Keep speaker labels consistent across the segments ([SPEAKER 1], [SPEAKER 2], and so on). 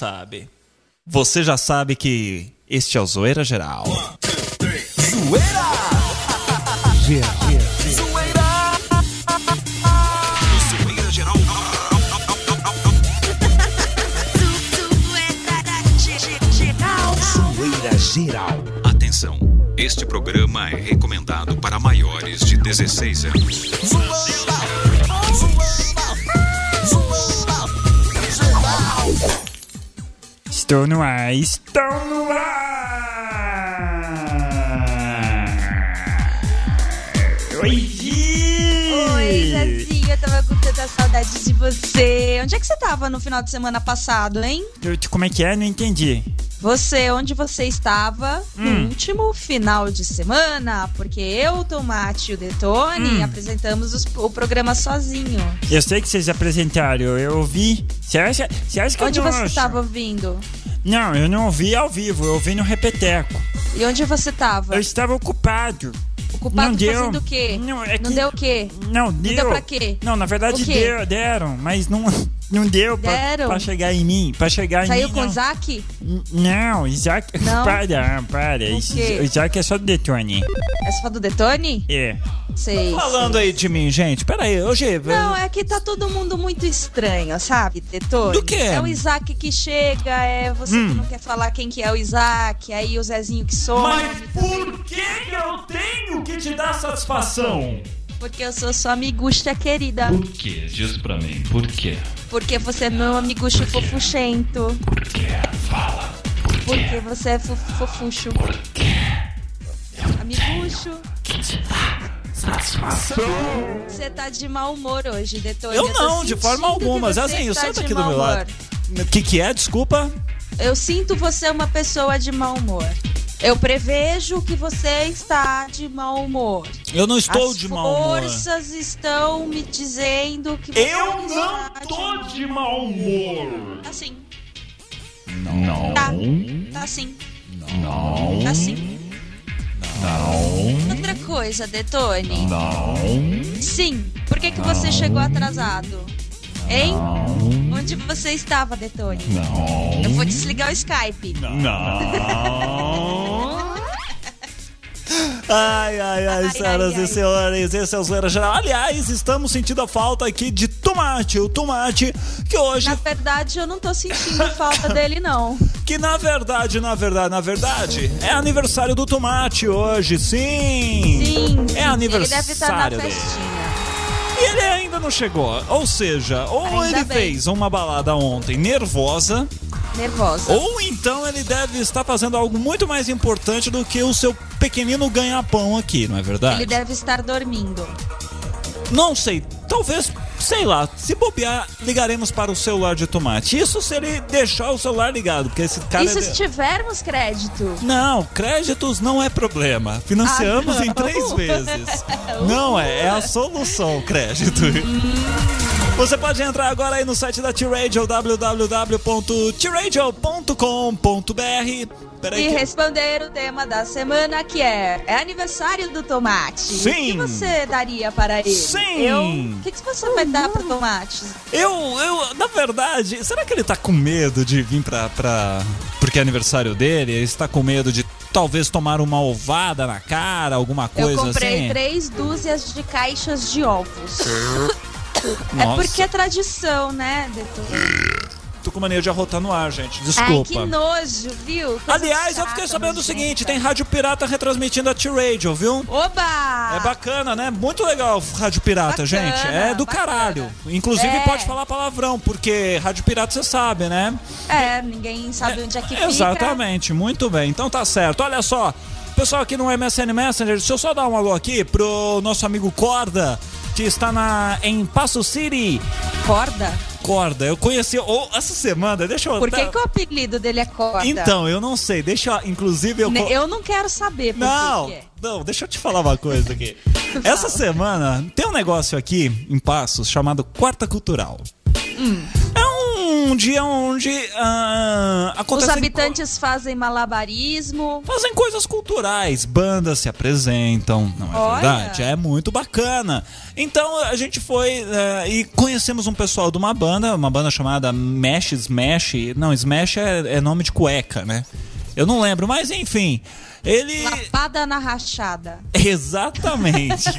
[SPEAKER 1] sabe. Você já sabe que este é o Zoeira Geral.
[SPEAKER 2] Geral. Atenção, este programa é recomendado para maiores de 16 anos.
[SPEAKER 3] Estou no ar, estou no ar! Oi, Gi!
[SPEAKER 4] Oi, Zezinho, eu tava com tanta saudade de você. Onde é que você tava no final de semana passado, hein?
[SPEAKER 3] Eu- Como é que é? Não entendi.
[SPEAKER 4] Você, onde você estava
[SPEAKER 3] Hum.
[SPEAKER 4] no último final de semana? Porque eu, Tomate e o
[SPEAKER 3] Hum.
[SPEAKER 4] Detone apresentamos os- o programa sozinho.
[SPEAKER 3] Eu sei que vocês apresentaram, eu ouvi. Você acha, você acha que
[SPEAKER 4] onde
[SPEAKER 3] eu não
[SPEAKER 4] você
[SPEAKER 3] ouço?
[SPEAKER 4] estava ouvindo?
[SPEAKER 3] Não, eu não ouvi ao vivo, eu ouvi no repeteco.
[SPEAKER 4] E onde você estava?
[SPEAKER 3] Eu estava ocupado.
[SPEAKER 4] Ocupado
[SPEAKER 3] não deu.
[SPEAKER 4] fazendo o quê?
[SPEAKER 3] Não, é que-
[SPEAKER 4] deu o quê?
[SPEAKER 3] Não, deu.
[SPEAKER 4] deu Então pra quê?
[SPEAKER 3] Não, na verdade
[SPEAKER 4] O quê?
[SPEAKER 3] deu, deram, mas não, não deu pra,
[SPEAKER 4] Deram?
[SPEAKER 3] pra chegar em mim. Pra chegar em
[SPEAKER 4] Saiu
[SPEAKER 3] mim.
[SPEAKER 4] com
[SPEAKER 3] não.
[SPEAKER 4] o Zac?
[SPEAKER 3] N- Não, Isaac.
[SPEAKER 4] Não?
[SPEAKER 3] Para, para. Isso,
[SPEAKER 4] quê?
[SPEAKER 3] Isaac é só do Detone.
[SPEAKER 4] Essa foi do Detone?
[SPEAKER 3] É.
[SPEAKER 4] Sei.
[SPEAKER 1] Falando aí de mim, gente. Pera aí, hoje...
[SPEAKER 4] Não, é que tá todo mundo muito estranho, sabe, Detone?
[SPEAKER 1] Do quê?
[SPEAKER 4] É o Isaac que chega, é você que
[SPEAKER 5] Hum.
[SPEAKER 4] não quer falar quem que é o Isaac, aí o Zezinho que some,
[SPEAKER 3] por que eu tenho que te dar satisfação?
[SPEAKER 4] porque eu sou sua amigusta querida.
[SPEAKER 5] Por quê? Diz pra mim, por quê?
[SPEAKER 4] Porque você é meu amigucho fofuchento.
[SPEAKER 5] Por quê? Fala. Por quê?
[SPEAKER 4] Porque você é fo- fofucho.
[SPEAKER 5] Por quê?
[SPEAKER 4] Amigucho,
[SPEAKER 5] Que te dá satisfação?
[SPEAKER 4] você tá de mau humor hoje, Detone.
[SPEAKER 1] Eu
[SPEAKER 4] tô
[SPEAKER 1] não, de
[SPEAKER 4] sentindo
[SPEAKER 1] forma
[SPEAKER 4] que
[SPEAKER 1] alguma.
[SPEAKER 4] você
[SPEAKER 1] Zezinho,
[SPEAKER 4] está
[SPEAKER 1] senta
[SPEAKER 4] de
[SPEAKER 1] aqui do
[SPEAKER 4] mau
[SPEAKER 1] meu
[SPEAKER 4] humor.
[SPEAKER 1] lado. O que que é? Desculpa.
[SPEAKER 4] Eu sinto você uma pessoa de mau humor. Eu prevejo que você está de mau humor.
[SPEAKER 1] Eu não estou
[SPEAKER 4] As
[SPEAKER 1] de mau humor.
[SPEAKER 4] forças estão me dizendo que
[SPEAKER 3] Eu
[SPEAKER 4] você
[SPEAKER 3] não
[SPEAKER 4] está
[SPEAKER 3] tô de mau humor.
[SPEAKER 4] Tá sim,
[SPEAKER 5] Não.
[SPEAKER 4] tá. Tá sim,
[SPEAKER 5] Não.
[SPEAKER 4] tá sim. Outra coisa, Detone.
[SPEAKER 5] Não.
[SPEAKER 4] Sim, por que, que você chegou atrasado? Hein? Onde você estava, Detone?
[SPEAKER 5] Não.
[SPEAKER 4] Eu vou desligar o Skype.
[SPEAKER 1] Ai, ai, ai,
[SPEAKER 4] Ai,
[SPEAKER 1] senhoras
[SPEAKER 4] ai,
[SPEAKER 1] e
[SPEAKER 4] ai.
[SPEAKER 1] senhores, esse é o Zoeira Geral. Aliás, estamos sentindo a falta aqui de Tomate, o Tomate, que hoje,
[SPEAKER 4] Na verdade, eu não tô sentindo falta dele, não.
[SPEAKER 1] que na verdade, na verdade, na verdade, é aniversário do Tomate hoje, sim!
[SPEAKER 4] Sim,
[SPEAKER 1] É aniversário
[SPEAKER 4] Ele deve estar na
[SPEAKER 1] dele.
[SPEAKER 4] festinha.
[SPEAKER 1] E ele ainda não chegou, ou seja, ou
[SPEAKER 4] Ainda
[SPEAKER 1] ele
[SPEAKER 4] bem.
[SPEAKER 1] fez uma balada ontem nervosa,
[SPEAKER 4] Nervosa.
[SPEAKER 1] ou então ele deve estar fazendo algo muito mais importante do que o seu pequenino ganha-pão aqui, não é verdade?
[SPEAKER 4] Ele deve estar dormindo.
[SPEAKER 1] Não sei, talvez, sei lá, se bobear, ligaremos para o celular de tomate. Isso se ele deixar o celular ligado, porque esse cara.
[SPEAKER 4] Isso
[SPEAKER 1] é-
[SPEAKER 4] se tivermos crédito.
[SPEAKER 1] Não, créditos não é problema. Financiamos
[SPEAKER 4] Ah, não.
[SPEAKER 1] em três vezes. Não é, é a solução, crédito. Você pode entrar agora aí no site da T-Radio, www.tradio.com.br. Peraí
[SPEAKER 4] E
[SPEAKER 1] que-
[SPEAKER 4] responder o tema da semana que é É aniversário do tomate.
[SPEAKER 1] Sim.
[SPEAKER 4] O que você daria para ele?
[SPEAKER 1] Sim.
[SPEAKER 4] Eu? O que, que você vai dar para tomate?
[SPEAKER 1] Eu, eu, na verdade, será que ele tá com medo de vir pra, pra. Porque é aniversário dele? Ele está com medo de talvez tomar uma ovada na cara, alguma
[SPEAKER 4] Eu
[SPEAKER 1] coisa
[SPEAKER 4] comprei
[SPEAKER 1] assim?
[SPEAKER 4] três dúzias de caixas de ovos. É
[SPEAKER 1] Nossa,
[SPEAKER 4] porque é tradição, né, Detone?
[SPEAKER 1] Tô com mania de arrotar no ar, gente.
[SPEAKER 4] Ai,
[SPEAKER 1] Desculpa.
[SPEAKER 4] que nojo, viu? Coisa
[SPEAKER 1] Aliás, eu
[SPEAKER 4] chata,
[SPEAKER 1] fiquei sabendo o
[SPEAKER 4] nojenta.
[SPEAKER 1] seguinte: tem Rádio Pirata retransmitindo a T-Radio, viu?
[SPEAKER 4] Oba!
[SPEAKER 1] É bacana, né? Muito legal Rádio Pirata,
[SPEAKER 4] Bacana,
[SPEAKER 1] gente. É do
[SPEAKER 4] bacana.
[SPEAKER 1] caralho. Inclusive
[SPEAKER 4] É.
[SPEAKER 1] pode falar palavrão, porque Rádio Pirata você sabe, né?
[SPEAKER 4] É, ninguém sabe onde é que fica.
[SPEAKER 1] Exatamente, muito bem. Então tá certo. Olha só, pessoal aqui no MSN Messenger, deixa eu só dar um alô aqui pro nosso amigo Corda, que está na, em Passo City.
[SPEAKER 4] Corda?
[SPEAKER 1] Corda, eu conheci oh, essa semana, deixa eu...
[SPEAKER 4] Por que,
[SPEAKER 1] tá-
[SPEAKER 4] que o apelido dele é corda?
[SPEAKER 1] Então, eu não sei, deixa eu... Inclusive eu...
[SPEAKER 4] Ne- Eu não quero saber por
[SPEAKER 1] Não,
[SPEAKER 4] que que é.
[SPEAKER 1] não, deixa eu te falar uma coisa aqui. Essa
[SPEAKER 4] Hum.
[SPEAKER 1] semana tem um negócio aqui em Passos chamado Quarta Cultural. É um um dia onde ah,
[SPEAKER 4] Os
[SPEAKER 1] acontecem
[SPEAKER 4] habitantes fazem malabarismo.
[SPEAKER 1] fazem coisas culturais, bandas se apresentam, não é
[SPEAKER 4] Olha.
[SPEAKER 1] verdade? É muito bacana. Então a gente foi eh, e conhecemos um pessoal de uma banda, uma banda chamada Mesh Smash. Não, Smash é, é nome de cueca, né? Eu não lembro, mas enfim. Ele.
[SPEAKER 4] Lapada na rachada.
[SPEAKER 1] Exatamente.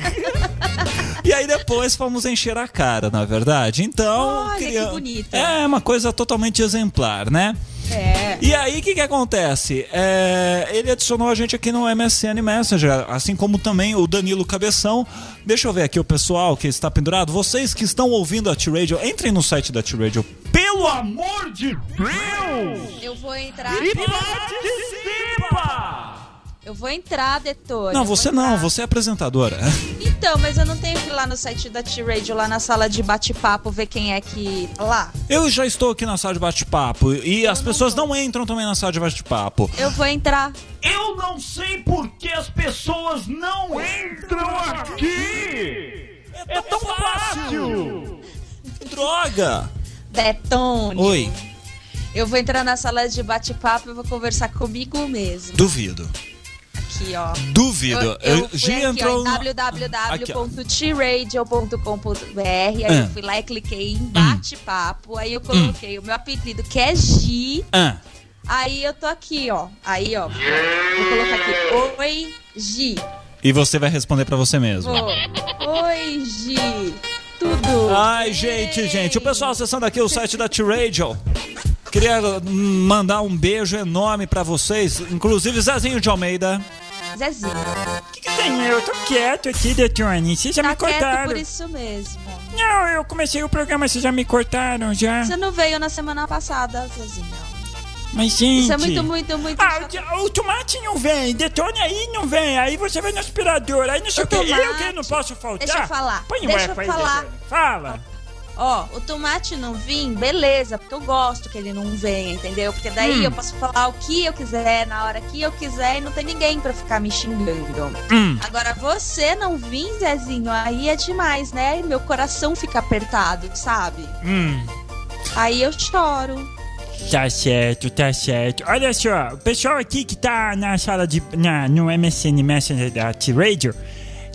[SPEAKER 1] e aí depois fomos encher a cara, na verdade. Então.
[SPEAKER 4] Olha, que
[SPEAKER 1] criamos-
[SPEAKER 4] bonito.
[SPEAKER 1] É uma coisa totalmente exemplar, né?
[SPEAKER 4] É.
[SPEAKER 1] E aí, o que, que acontece? É, ele adicionou a gente aqui no MSN Messenger, assim como também o Danilo Cabeção. Deixa eu ver aqui o pessoal que está pendurado. Vocês que estão ouvindo a T-Radio, entrem no site da T-Radio. Pelo amor de Deus!
[SPEAKER 4] Eu vou entrar.
[SPEAKER 6] Participa!
[SPEAKER 4] Eu vou entrar, Detone.
[SPEAKER 1] Não,
[SPEAKER 4] eu vou
[SPEAKER 1] você não,
[SPEAKER 4] entrar.
[SPEAKER 1] você é apresentadora.
[SPEAKER 4] Então, mas eu não tenho que ir lá no site da T-Radio, lá na sala de bate-papo, ver quem é que. Lá.
[SPEAKER 1] Eu já estou aqui na sala de bate-papo e as pessoas não entram também na sala de bate-papo.
[SPEAKER 4] Eu vou entrar.
[SPEAKER 6] Eu não sei por que as pessoas não entram aqui! É tão fácil!
[SPEAKER 1] Droga!
[SPEAKER 4] Detone.
[SPEAKER 1] Oi,
[SPEAKER 4] Eu vou entrar na sala de bate-papo e vou conversar comigo mesmo.
[SPEAKER 1] duvido.
[SPEAKER 4] Aqui, ó.
[SPEAKER 1] Duvido.
[SPEAKER 4] Eu,
[SPEAKER 1] Eu-
[SPEAKER 4] eu fui
[SPEAKER 1] Gi
[SPEAKER 4] aqui,
[SPEAKER 1] entrou
[SPEAKER 4] ó,
[SPEAKER 1] no-
[SPEAKER 4] em
[SPEAKER 1] Aqui, ó.
[SPEAKER 4] www.tradio.com.br Aí
[SPEAKER 1] Ah.
[SPEAKER 4] eu fui lá e cliquei em bate-papo. Aí eu
[SPEAKER 1] Hum.
[SPEAKER 4] coloquei o meu apelido, que é Gi.
[SPEAKER 1] Ah,
[SPEAKER 4] Aí eu tô aqui, ó. Aí, ó. Vou colocar aqui. Oi, Gi.
[SPEAKER 1] e você vai responder pra você mesmo.
[SPEAKER 4] Vou. Oi, Gi. Tudo.
[SPEAKER 1] Ai,
[SPEAKER 4] bem?
[SPEAKER 1] gente, gente. O pessoal acessando aqui o site da T-Radio. Queria hum, mandar um beijo enorme pra vocês, inclusive Zezinho de Almeida.
[SPEAKER 4] Zezinho,
[SPEAKER 1] Ah,
[SPEAKER 3] que, que tem? Eu tô quieto aqui, Detone. Vocês já
[SPEAKER 4] tá
[SPEAKER 3] me
[SPEAKER 4] quieto
[SPEAKER 3] cortaram.
[SPEAKER 4] por isso mesmo.
[SPEAKER 1] Ah.
[SPEAKER 3] Não, eu comecei o programa, vocês já me cortaram já.
[SPEAKER 4] Você não veio na semana passada, Zezinho.
[SPEAKER 3] Mas, gente.
[SPEAKER 4] Isso é muito, muito, muito.
[SPEAKER 3] Ah, o
[SPEAKER 4] chato.
[SPEAKER 3] de- o, tomate não vem, detone aí não vem, aí você vai no aspirador, aí não sei o,
[SPEAKER 4] O
[SPEAKER 3] que, eu
[SPEAKER 4] tomate.
[SPEAKER 3] que não posso faltar.
[SPEAKER 4] Deixa eu falar,
[SPEAKER 3] Põe o
[SPEAKER 4] deixa
[SPEAKER 3] eco
[SPEAKER 4] eu
[SPEAKER 3] aí,
[SPEAKER 4] falar.
[SPEAKER 3] Detone. Fala.
[SPEAKER 4] Ó, o tomate não vim, beleza, porque eu gosto que ele não venha, entendeu? Porque daí eu posso falar o que eu quiser, na hora que eu quiser, e não tem ninguém pra ficar me xingando. Agora, você não vir, Zezinho, aí é demais, né? E Meu coração fica apertado, sabe?
[SPEAKER 3] Hum.
[SPEAKER 4] Aí eu choro.
[SPEAKER 3] Tá certo, tá certo. Olha só, o pessoal aqui que tá na sala de. Na, no MSN Messenger da T-Radio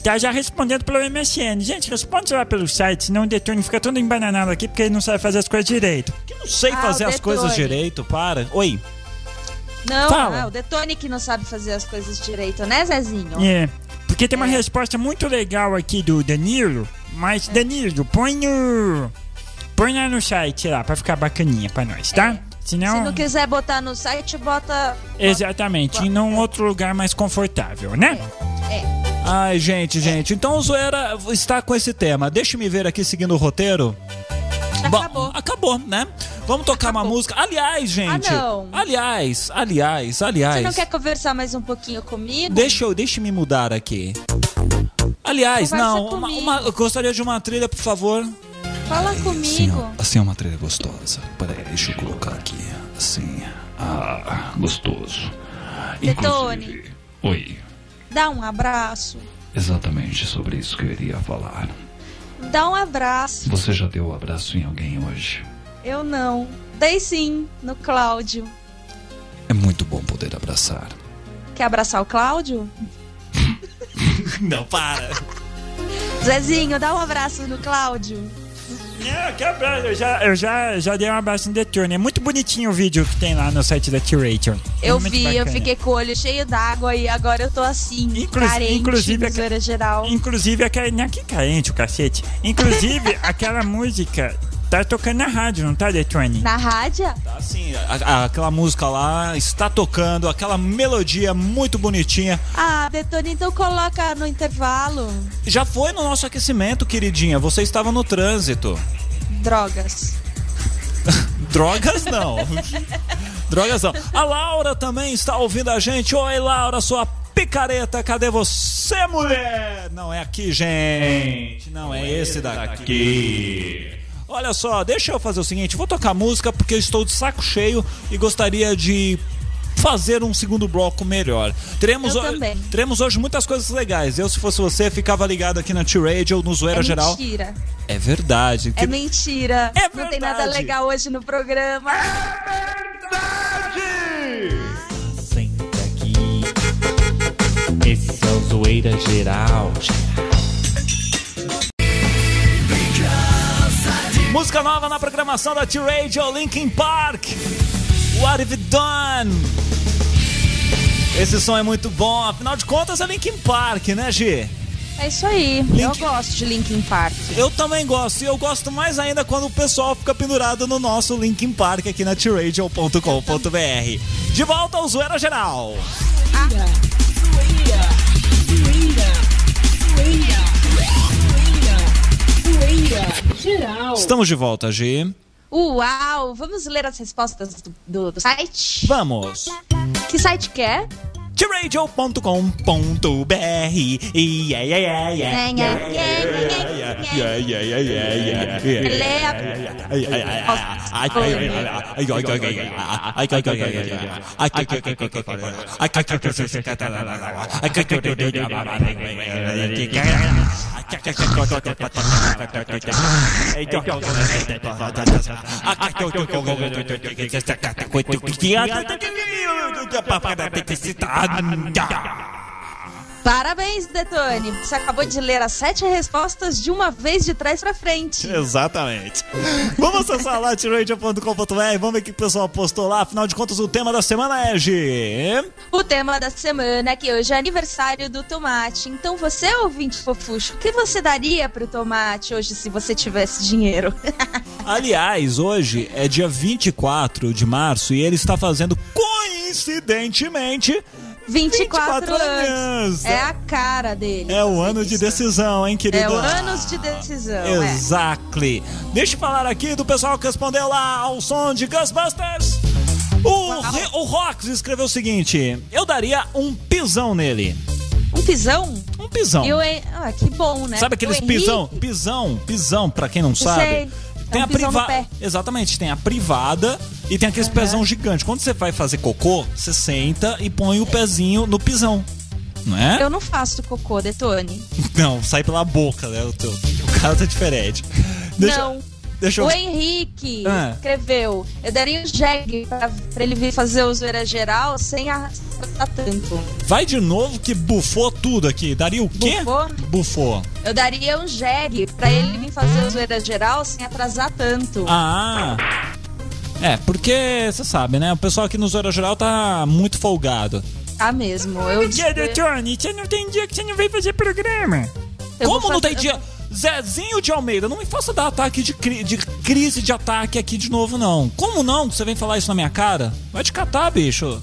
[SPEAKER 3] tá já respondendo pelo MSN. Gente, responde lá pelo site, senão o Detone fica todo embananado aqui porque ele não sabe fazer as coisas direito.
[SPEAKER 1] Que não sei
[SPEAKER 4] Ah,
[SPEAKER 1] fazer
[SPEAKER 4] o
[SPEAKER 1] as coisas
[SPEAKER 4] Detone.
[SPEAKER 1] direito, para. Oi.
[SPEAKER 4] Não,
[SPEAKER 3] Fala.
[SPEAKER 4] ah, o Detone que não sabe fazer as coisas direito, né, Zezinho?
[SPEAKER 3] É, porque tem uma resposta muito legal aqui do Danilo, mas
[SPEAKER 4] É.
[SPEAKER 3] Danilo, põe o. Põe lá no site lá pra ficar bacaninha pra nós, tá? Senão.
[SPEAKER 4] É. Se não quiser botar no site, bota.
[SPEAKER 3] é Exatamente, e num outro lugar mais confortável, né?
[SPEAKER 4] É.
[SPEAKER 1] Ai, gente, gente. Então o Zoeira está com esse tema. Deixa-me ver aqui seguindo o roteiro.
[SPEAKER 4] Já
[SPEAKER 1] Bom,
[SPEAKER 4] acabou.
[SPEAKER 1] Acabou, né? Vamos tocar uma música. Aliás, gente.
[SPEAKER 4] Ah, não.
[SPEAKER 1] Aliás, aliás,
[SPEAKER 4] Você
[SPEAKER 1] aliás.
[SPEAKER 4] não quer conversar mais um pouquinho comigo?
[SPEAKER 1] Deixa eu, deixa eu me mudar aqui. Aliás,
[SPEAKER 4] Conversa
[SPEAKER 1] não, uma,
[SPEAKER 4] comigo.
[SPEAKER 1] uma- eu gostaria de uma trilha, por favor.
[SPEAKER 4] Fala
[SPEAKER 1] Assim,
[SPEAKER 4] comigo.
[SPEAKER 1] ó, assim é uma trilha gostosa. Peraí, deixa eu colocar aqui. Assim.
[SPEAKER 5] Ah, gostoso.
[SPEAKER 4] Detone.
[SPEAKER 5] Inclusive, Oi,
[SPEAKER 4] Dá um abraço.
[SPEAKER 5] exatamente sobre isso que eu iria falar.
[SPEAKER 4] Dá um abraço.
[SPEAKER 5] Você já deu um abraço em alguém hoje?
[SPEAKER 4] Eu não. Dei sim, no Cláudio.
[SPEAKER 1] É muito bom poder abraçar.
[SPEAKER 4] Quer abraçar o Cláudio?
[SPEAKER 1] Não, para.
[SPEAKER 4] Zezinho, dá um abraço no Cláudio.
[SPEAKER 3] Não, que abraço. Eu já, eu já, já dei um abraço no Detone. É muito bonitinho o vídeo que tem lá no site da T-Rachel. É
[SPEAKER 4] Eu
[SPEAKER 3] muito
[SPEAKER 4] vi, eu
[SPEAKER 3] bacana.
[SPEAKER 4] fiquei com o olho cheio d'água e agora eu tô assim,
[SPEAKER 3] Inclu-
[SPEAKER 4] carente,
[SPEAKER 3] inclusive,
[SPEAKER 4] inclusive, zoeira geral.
[SPEAKER 3] Inclusive, aquela. Não, é que carente o cacete. Inclusive, aquela música tá tocando na rádio, não tá, Detone?
[SPEAKER 4] Na rádio?
[SPEAKER 1] Assim, a- a- aquela música lá está tocando, aquela melodia muito bonitinha.
[SPEAKER 4] Ah, Detone, então coloca no intervalo.
[SPEAKER 1] Já foi no nosso aquecimento, queridinha. Você estava no trânsito.
[SPEAKER 4] Drogas.
[SPEAKER 1] Drogas não. Drogas não. A Laura também está ouvindo a gente. Oi, Laura, sua picareta, cadê você, mulher? Não é aqui, gente. Não é esse daqui. Olha só, deixa eu fazer o seguinte, vou tocar música porque eu estou de saco cheio e gostaria de fazer um segundo bloco melhor. Teremos,
[SPEAKER 4] Eu
[SPEAKER 1] ho-
[SPEAKER 4] também.
[SPEAKER 1] teremos hoje muitas coisas legais. Eu, se fosse você, ficava ligado aqui na T-Radio ou no Zoeira
[SPEAKER 4] é
[SPEAKER 1] Geral.
[SPEAKER 4] mentira.
[SPEAKER 1] É verdade.
[SPEAKER 4] É mentira.
[SPEAKER 1] É
[SPEAKER 4] Não tem nada
[SPEAKER 1] verdade.
[SPEAKER 4] legal hoje no programa.
[SPEAKER 7] Senta aqui. Esse é o Zoeira Geral.
[SPEAKER 1] Música nova na programação da T-Radio, Linkin Park. What Have You Done? Esse som é muito bom. Afinal de contas, é Linkin Park, né, Gi?
[SPEAKER 4] É isso aí. Eu
[SPEAKER 1] Link-
[SPEAKER 4] gosto de Linkin Park.
[SPEAKER 1] Eu também gosto. E eu gosto mais ainda quando o pessoal fica pendurado no nosso Linkin Park aqui na t-radio.com.br. De volta ao Zoeira Geral. Estamos de volta, Gi.
[SPEAKER 4] Uau! Vamos ler as respostas do, do- do site?
[SPEAKER 1] Vamos.
[SPEAKER 4] Que site que é?
[SPEAKER 1] tradio.com.br yeah, yeah, yeah, yeah.
[SPEAKER 4] Né,
[SPEAKER 1] É,
[SPEAKER 4] Parabéns, Detone! Você acabou de ler as sete respostas de uma vez de trás pra frente.
[SPEAKER 1] Exatamente. Vamos acessar lá, tiradio.com.br. Vamos ver o que o pessoal postou lá. Afinal de contas, o tema da semana é G.
[SPEAKER 4] O tema da semana é que hoje é aniversário do tomate. Então você, ouvinte fofuxo, o que você daria pro tomate hoje se você tivesse dinheiro?
[SPEAKER 1] Aliás, hoje é dia 24 de março e ele está fazendo, coincidentemente,
[SPEAKER 4] 24,
[SPEAKER 1] 24 anos.
[SPEAKER 4] É a cara dele.
[SPEAKER 1] é o ano de
[SPEAKER 4] decisão.
[SPEAKER 1] decisão, hein, querido?
[SPEAKER 4] É o anos de decisão. é.
[SPEAKER 1] Exactly. Deixa eu falar aqui do pessoal que respondeu lá ao som de Ghostbusters. O, Re- o Rox escreveu o seguinte: Eu daria um pisão nele.
[SPEAKER 4] Um pisão?
[SPEAKER 1] Um pisão.
[SPEAKER 4] E o Hen- Ah, que bom, né?
[SPEAKER 1] Sabe aqueles
[SPEAKER 4] O Henrique-
[SPEAKER 1] pisão? Pisão, pisão, pra quem não sabe.
[SPEAKER 4] sei. É um pisão no pé.
[SPEAKER 1] Exatamente, tem a privada e tem aqueles pezão gigante. Quando você vai fazer cocô, você senta e põe o pezinho no pisão. Não é?
[SPEAKER 4] Eu não faço cocô, Detone.
[SPEAKER 1] Não, sai pela boca, né? O, teu, o cara tá diferente. Deixa,
[SPEAKER 4] Não.
[SPEAKER 1] Deixa eu.
[SPEAKER 4] O Henrique
[SPEAKER 1] Ah.
[SPEAKER 4] escreveu: Eu daria um jegue pra, pra ele vir fazer o zoeira geral sem arrastar tanto.
[SPEAKER 1] Vai de novo que bufou tudo aqui. Daria o quê?
[SPEAKER 4] Bufou?
[SPEAKER 1] Bufou.
[SPEAKER 4] Eu daria um jegue pra ele vir fazer o zoeira geral sem atrasar tanto.
[SPEAKER 1] Ah. É, porque você sabe, né? O pessoal aqui no Zora Geral tá muito folgado.
[SPEAKER 4] Tá mesmo. Eu,
[SPEAKER 3] Dia do Tony, você não tem dia que você não vem fazer programa.
[SPEAKER 4] eu vou
[SPEAKER 1] Como não tem
[SPEAKER 4] fazer-
[SPEAKER 1] dia? Zezinho de Almeida, não me faça dar ataque de, cri- de crise de ataque aqui de novo, não. Como não? que Você vem falar isso na minha cara? Vai te catar, bicho.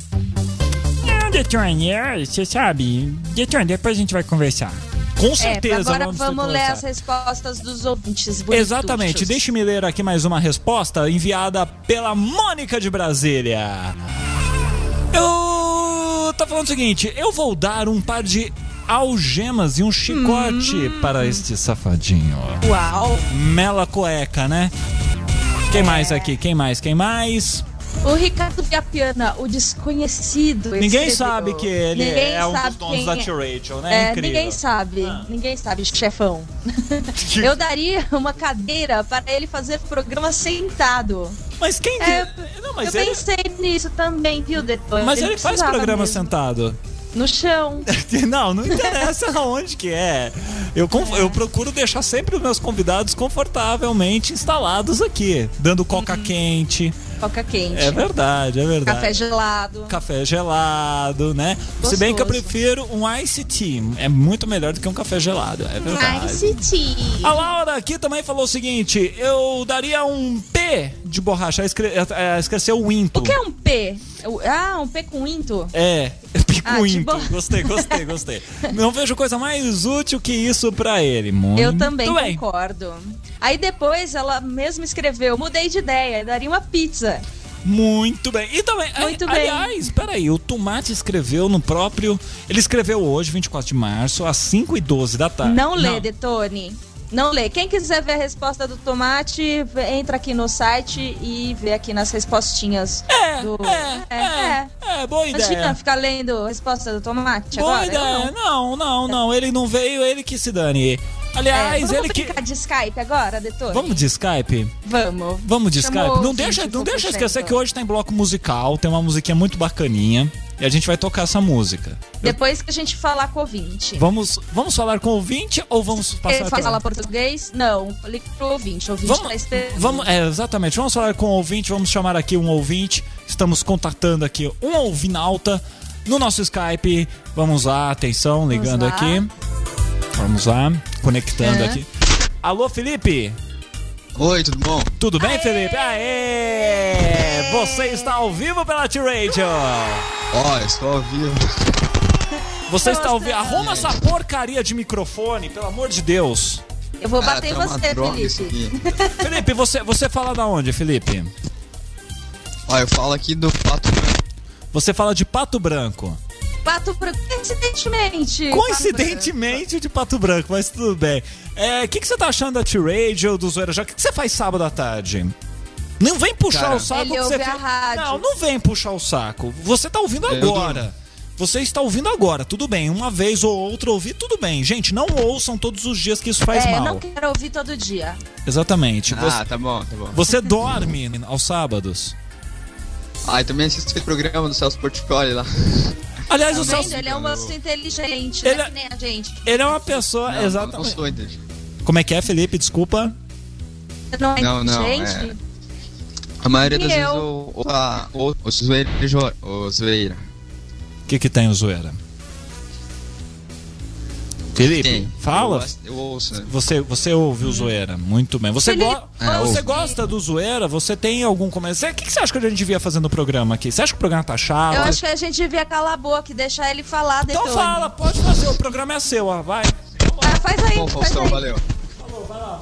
[SPEAKER 3] Não, Detone, é, você sabe. Detone, depois a gente vai conversar.
[SPEAKER 1] Com
[SPEAKER 4] É,
[SPEAKER 1] certeza.
[SPEAKER 4] agora
[SPEAKER 1] ter
[SPEAKER 4] vamos,
[SPEAKER 1] que
[SPEAKER 4] ler
[SPEAKER 1] conversar.
[SPEAKER 4] as respostas dos ouvintes. bonituchos.
[SPEAKER 1] Exatamente. Deixe-me ler aqui mais uma resposta enviada pela Mônica de Brasília. Eu tá falando o seguinte, eu vou dar um par de algemas e um chicote
[SPEAKER 4] Hum.
[SPEAKER 1] para este safadinho.
[SPEAKER 4] Uau!
[SPEAKER 1] Mela cueca, né? Quem mais aqui? Quem mais? Quem mais?
[SPEAKER 4] O Ricardo Viapiana, o desconhecido.
[SPEAKER 1] Ninguém
[SPEAKER 4] escreveu.
[SPEAKER 1] sabe que ele
[SPEAKER 4] Ninguém
[SPEAKER 1] é um dos
[SPEAKER 4] sabe
[SPEAKER 1] donos
[SPEAKER 4] quem
[SPEAKER 1] da
[SPEAKER 4] é.
[SPEAKER 1] T-Radio, né?
[SPEAKER 4] É,
[SPEAKER 1] Incrível. Ah.
[SPEAKER 4] ninguém sabe, ninguém sabe, chefão. Eu daria uma cadeira para ele fazer programa sentado.
[SPEAKER 1] Mas quem que...
[SPEAKER 4] É,
[SPEAKER 1] Não, mas
[SPEAKER 4] Eu
[SPEAKER 1] ele...
[SPEAKER 4] pensei nisso também, viu, depois.
[SPEAKER 1] Mas ele faz
[SPEAKER 4] precisava
[SPEAKER 1] programa
[SPEAKER 4] mesmo.
[SPEAKER 1] sentado.
[SPEAKER 4] No chão.
[SPEAKER 1] Não, não interessa aonde que é. Eu, conf- eu procuro deixar sempre os meus convidados confortavelmente instalados aqui, dando coca quente.
[SPEAKER 4] Coca quente.
[SPEAKER 1] É verdade, é verdade.
[SPEAKER 4] Uhum. Café gelado.
[SPEAKER 1] Café gelado, né? Se bem que eu
[SPEAKER 4] Gostoso.
[SPEAKER 1] prefiro um ice tea. É muito melhor do que um café gelado, é verdade. Ah,
[SPEAKER 4] tea.
[SPEAKER 1] A Laura aqui também falou o seguinte: eu daria um P de borracha. Ela escre- ela Esqueceu o into.
[SPEAKER 4] O que é um P? Eu- Ah, um P com into?
[SPEAKER 1] É,
[SPEAKER 4] Ah, de
[SPEAKER 1] picuinto.
[SPEAKER 4] boa.
[SPEAKER 1] gostei, gostei, gostei. Não vejo coisa mais útil que isso pra ele, muito
[SPEAKER 4] Eu também
[SPEAKER 1] bem.
[SPEAKER 4] concordo. Aí depois ela mesma escreveu: mudei de ideia, daria uma pizza.
[SPEAKER 1] Muito bem. E também,
[SPEAKER 4] Muito
[SPEAKER 1] ali-
[SPEAKER 4] bem.
[SPEAKER 1] aliás, peraí, o Tomate escreveu no próprio. Ele escreveu hoje, 24 de março, às 5h12 da tarde.
[SPEAKER 4] Não lê, Detone. Não lê. Quem quiser ver a resposta do tomate, vê- entra aqui no site e vê aqui nas respostinhas
[SPEAKER 1] É,
[SPEAKER 4] do.
[SPEAKER 1] é, é, é, boa
[SPEAKER 4] Imagina
[SPEAKER 1] ideia.
[SPEAKER 4] ficar lendo a resposta do tomate
[SPEAKER 1] Boa
[SPEAKER 4] agora? Eu
[SPEAKER 1] ideia.
[SPEAKER 4] não.
[SPEAKER 1] Não, não, não. Ele não veio, ele que se dane.
[SPEAKER 4] É,
[SPEAKER 1] Aliás,
[SPEAKER 4] vamos
[SPEAKER 1] ele que.
[SPEAKER 4] brincar de Skype agora, Detor?
[SPEAKER 1] Vamos de Skype?
[SPEAKER 4] Vamos.
[SPEAKER 1] Vamos de
[SPEAKER 4] Chamou
[SPEAKER 1] Skype. Não
[SPEAKER 4] gente
[SPEAKER 1] deixa, não
[SPEAKER 4] do
[SPEAKER 1] deixa eu
[SPEAKER 4] Centro.
[SPEAKER 1] esquecer que hoje tem bloco musical, tem uma musiquinha muito bacaninha. E a gente vai tocar essa música. Eu-
[SPEAKER 4] Depois que a gente falar com o ouvinte.
[SPEAKER 1] vamos, vamos falar com o ouvinte ou vamos passar
[SPEAKER 4] Ele
[SPEAKER 1] pra-
[SPEAKER 4] fala falar português? Não, liga pro ouvinte. O ouvinte tá
[SPEAKER 1] Vamos,
[SPEAKER 4] esperando.
[SPEAKER 1] vamos, é, exatamente. Vamos falar com o ouvinte, vamos chamar aqui um ouvinte. Estamos contatando aqui um ouvinalta no nosso Skype. Vamos lá, atenção, ligando
[SPEAKER 4] lá.
[SPEAKER 1] aqui. Vamos lá, conectando
[SPEAKER 4] É.
[SPEAKER 1] aqui. Alô, Felipe?
[SPEAKER 8] Oi, tudo bom?
[SPEAKER 1] Tudo bem, Felipe? Aê! Você está ao vivo pela T-Radio.
[SPEAKER 8] Ó, estou ao vivo.
[SPEAKER 1] Você está ao vivo.
[SPEAKER 4] Nossa.
[SPEAKER 1] Arruma essa porcaria de microfone, pelo amor de Deus.
[SPEAKER 4] Eu vou
[SPEAKER 8] Cara,
[SPEAKER 4] bater em
[SPEAKER 8] tá uma
[SPEAKER 4] você,
[SPEAKER 8] droga isso
[SPEAKER 4] Felipe.
[SPEAKER 8] aqui.
[SPEAKER 1] Felipe, você, você fala da onde, Felipe?
[SPEAKER 8] Ó, eu falo aqui do Pato Branco.
[SPEAKER 1] Você fala de Pato Branco.
[SPEAKER 4] Pato Branco. Coincidentemente.
[SPEAKER 1] Coincidentemente de Pato Branco, mas tudo bem. É, O que, que você tá achando da T-Radio, do Zoeira Já? O que, que você faz sábado à tarde? Não vem puxar
[SPEAKER 8] Cara,
[SPEAKER 1] o saco
[SPEAKER 4] Ele
[SPEAKER 1] que você
[SPEAKER 4] ouve a
[SPEAKER 1] fe-
[SPEAKER 4] rádio.
[SPEAKER 1] Não, não vem puxar o saco. Você tá ouvindo
[SPEAKER 8] Eu
[SPEAKER 1] agora. Você está ouvindo agora, tudo bem. Uma vez ou outra ouvir, tudo bem. Gente, não ouçam todos os dias que isso faz
[SPEAKER 4] É, eu
[SPEAKER 1] mal.
[SPEAKER 4] não quero ouvir todo dia.
[SPEAKER 1] Exatamente. Você,
[SPEAKER 8] Ah, tá bom, tá bom.
[SPEAKER 1] você dorme aos sábados.
[SPEAKER 8] Ah, e também assisto aquele programa do Celso Portioli lá.
[SPEAKER 1] Aliás,
[SPEAKER 4] Tá
[SPEAKER 1] o Celso.
[SPEAKER 4] vendo? Ele é um moço inteligente,
[SPEAKER 1] Ele
[SPEAKER 4] né?
[SPEAKER 1] é-
[SPEAKER 4] Que nem a gente.
[SPEAKER 1] Ele é uma pessoa.
[SPEAKER 8] Não, tá
[SPEAKER 1] exatamente.
[SPEAKER 8] Não sou inteligente.
[SPEAKER 1] Como é que é, Felipe? Desculpa.
[SPEAKER 4] Você não é
[SPEAKER 8] Não, não,
[SPEAKER 4] inteligente?
[SPEAKER 8] A maioria
[SPEAKER 4] E
[SPEAKER 8] das vezes
[SPEAKER 4] eu?
[SPEAKER 8] eu ouço a- ou- ouço o Zoeira. de Jo- O Zoeira.
[SPEAKER 1] O que, que tem o zoeira? Felipe,
[SPEAKER 8] Tem. Eu,
[SPEAKER 1] fala.
[SPEAKER 8] gosto- eu ouço, né?
[SPEAKER 1] Você, você ouve o zoeira, muito bem. Você,
[SPEAKER 4] Felipe,
[SPEAKER 1] go-
[SPEAKER 8] É,
[SPEAKER 1] você
[SPEAKER 8] ouve.
[SPEAKER 1] gosta do zoeira? Você tem algum comentário? O que, que você acha que a gente devia fazer no programa aqui? Você acha que o programa tá chato?
[SPEAKER 4] Eu acho que a gente devia calar a boca e deixar ele falar
[SPEAKER 1] Então
[SPEAKER 4] depois.
[SPEAKER 1] fala, pode fazer, o programa é seu, ó, vai.
[SPEAKER 4] Ah, faz aí,
[SPEAKER 8] Bom,
[SPEAKER 4] faz
[SPEAKER 8] Faustão,
[SPEAKER 4] aí.
[SPEAKER 8] valeu.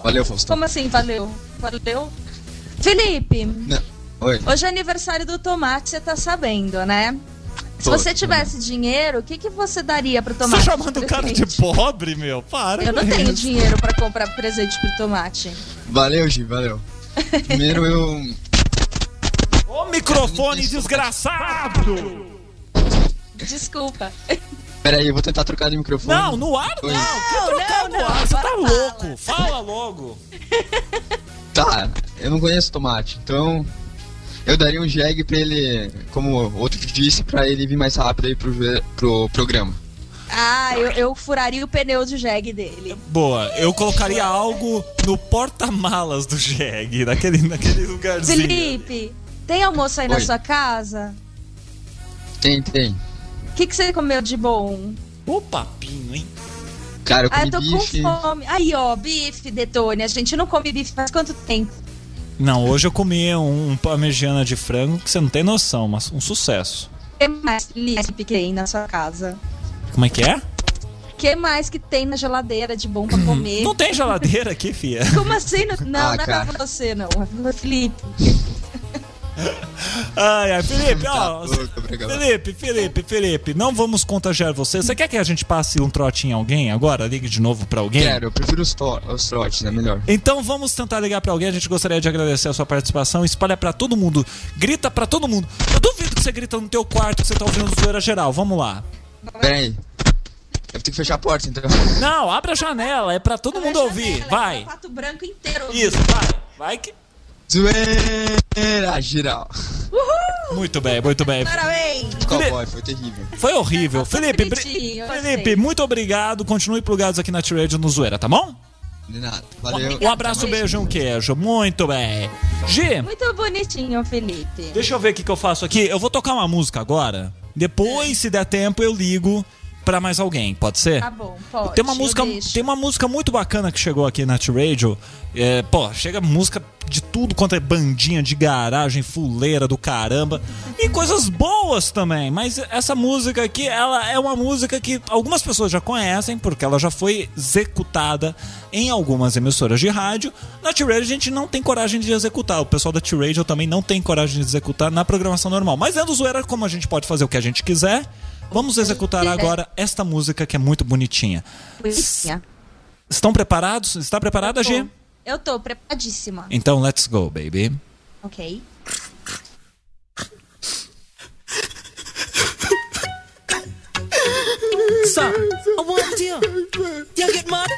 [SPEAKER 8] Valeu, Faustão.
[SPEAKER 4] Como assim, valeu? Valeu? Felipe,
[SPEAKER 8] Não. Oi.
[SPEAKER 4] hoje é aniversário do tomate, você tá sabendo, né? Se
[SPEAKER 8] Pô,
[SPEAKER 4] você tivesse dinheiro, o que, que você daria pro
[SPEAKER 1] Você
[SPEAKER 4] tomate?
[SPEAKER 1] tá chamando o cara de
[SPEAKER 4] presente?
[SPEAKER 1] pobre, meu? Para.
[SPEAKER 4] Eu não
[SPEAKER 1] com
[SPEAKER 4] tenho
[SPEAKER 1] isso.
[SPEAKER 4] dinheiro pra comprar presente pro tomate.
[SPEAKER 8] Valeu, Gi, valeu. Primeiro eu.
[SPEAKER 1] Ô microfone desgraçado!
[SPEAKER 4] Desculpa.
[SPEAKER 8] Pera aí, eu vou tentar trocar de microfone.
[SPEAKER 1] Não, no ar não!
[SPEAKER 8] Oi.
[SPEAKER 1] Que trocar
[SPEAKER 4] não,
[SPEAKER 1] no
[SPEAKER 4] não,
[SPEAKER 1] ar? Você tá
[SPEAKER 4] agora fala.
[SPEAKER 1] louco! Fala logo!
[SPEAKER 8] Tá, eu não conheço tomate, então eu daria um jegue pra ele, como o outro disse, pra ele vir mais rápido aí pro, ve- pro programa.
[SPEAKER 4] Ah, eu, eu furaria o pneu de jegue dele.
[SPEAKER 1] Boa, eu colocaria algo no porta-malas do Jeg, naquele, naquele lugarzinho.
[SPEAKER 4] Felipe, tem almoço aí na
[SPEAKER 8] Oi.
[SPEAKER 4] sua casa?
[SPEAKER 8] Tem, tem.
[SPEAKER 4] O que, que você comeu de bom?
[SPEAKER 1] O papinho, hein?
[SPEAKER 8] Cara, eu
[SPEAKER 4] Ah,
[SPEAKER 8] comi
[SPEAKER 4] eu tô
[SPEAKER 8] bife.
[SPEAKER 4] com fome. Aí, ó, bife, Detone. A gente não come bife faz quanto tempo?
[SPEAKER 1] Não, hoje eu comi um, um parmegiana de frango que você não tem noção, mas um sucesso.
[SPEAKER 4] O que mais, Felipe, que tem na sua casa?
[SPEAKER 1] Como é que é?
[SPEAKER 4] O que mais que tem na geladeira de bom pra comer?
[SPEAKER 1] Não tem geladeira aqui, fia.
[SPEAKER 4] Como assim? Não,
[SPEAKER 8] Uhum. Ah,
[SPEAKER 4] não, não é
[SPEAKER 8] cara.
[SPEAKER 4] pra você, não. É pro Felipe.
[SPEAKER 1] Ai, ai, Felipe,
[SPEAKER 8] Tá
[SPEAKER 1] ó.
[SPEAKER 8] louco, obrigado.
[SPEAKER 1] Felipe, Felipe, Felipe, não vamos contagiar você. Você quer que a gente passe um trote em alguém agora? Ligue de novo pra alguém?
[SPEAKER 8] Quero, eu prefiro os, to os trotes, né? Melhor.
[SPEAKER 1] Então vamos tentar ligar pra alguém. A gente gostaria de agradecer a sua participação. Espalha pra todo mundo. Grita pra todo mundo. Eu duvido que você grita no teu quarto que você tá ouvindo zoeira geral. Vamos lá.
[SPEAKER 8] Pera aí. Eu tenho que fechar a porta, então.
[SPEAKER 1] Não, abre a janela. É pra todo mundo
[SPEAKER 4] Abre a
[SPEAKER 1] ouvir.
[SPEAKER 4] janela, é o
[SPEAKER 1] Vai.
[SPEAKER 4] Pato branco inteiro.
[SPEAKER 1] Isso, vai. Vai que...
[SPEAKER 8] Zoeira geral.
[SPEAKER 1] Muito bem, muito bem.
[SPEAKER 4] Parabéns!
[SPEAKER 8] Cowboy, foi terrível.
[SPEAKER 1] Foi horrível.
[SPEAKER 4] Ah, tá
[SPEAKER 1] Felipe, bri-
[SPEAKER 4] bonitinho, eu
[SPEAKER 1] Felipe,
[SPEAKER 4] gostei.
[SPEAKER 1] muito obrigado. Continue plugados aqui na T-Radio no Zoeira, tá bom?
[SPEAKER 8] De nada. Valeu.
[SPEAKER 1] Um abraço, um
[SPEAKER 4] Beijo.
[SPEAKER 1] beijo, um queijo. Muito bem. G,
[SPEAKER 4] Muito bonitinho, Felipe.
[SPEAKER 1] deixa eu ver o que, que eu faço aqui. Eu vou tocar uma música agora. Depois, se der tempo, eu ligo pra mais alguém. Pode ser?
[SPEAKER 4] Tá bom, pode.
[SPEAKER 1] Tem uma,
[SPEAKER 4] eu
[SPEAKER 1] música,
[SPEAKER 4] deixo.
[SPEAKER 1] tem uma música muito bacana que chegou aqui na T-Radio. É, pô, chega música de tudo quanto é bandinha de garagem, fuleira do caramba. E coisas boas também. Mas essa música aqui, ela é uma música que algumas pessoas já conhecem, porque ela já foi executada em algumas emissoras de rádio. Na T-Radio a gente não tem coragem de executar. O pessoal da T-Radio também não tem coragem de executar na programação normal. Mas dentro do zoeira, como a gente pode fazer o que a gente quiser, vamos executar
[SPEAKER 4] quiser.
[SPEAKER 1] agora esta música que é muito bonitinha.
[SPEAKER 4] Bonitinha.
[SPEAKER 1] Estão preparados? Está preparada, G?
[SPEAKER 4] Eu tô preparadíssima.
[SPEAKER 1] Então, let's go, baby.
[SPEAKER 4] Ok.
[SPEAKER 9] Sir, a one deal. You'll get money.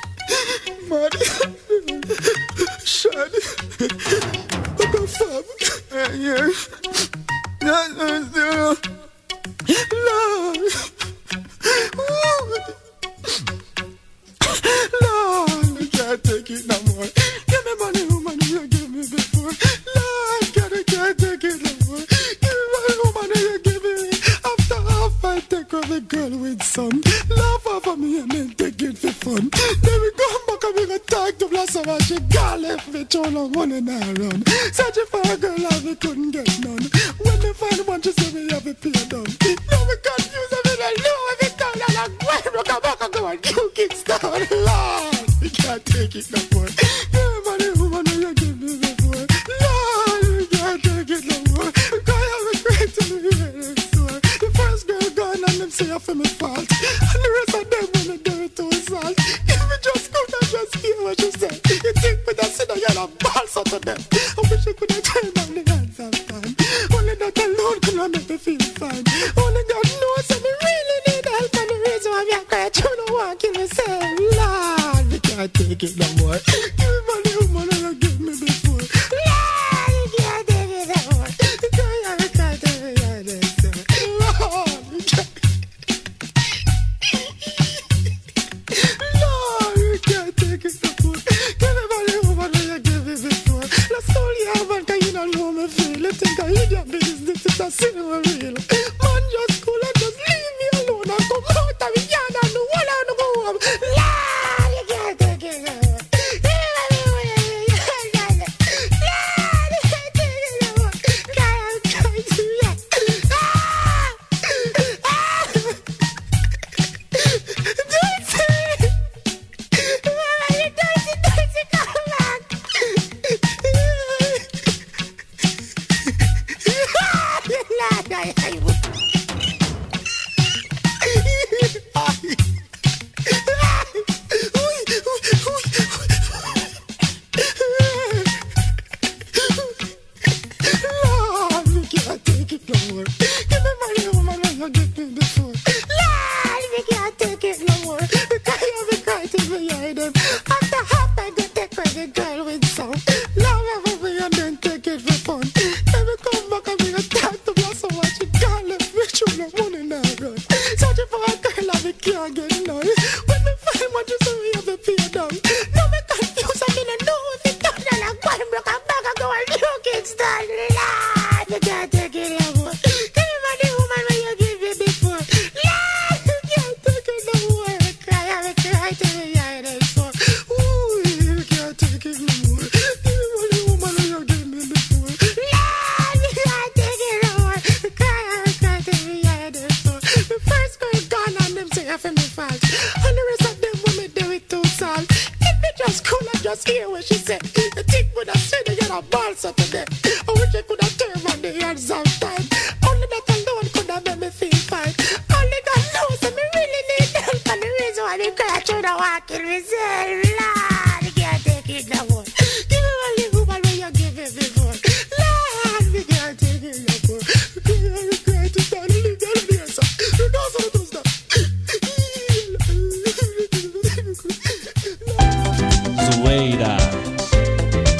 [SPEAKER 7] Zoeira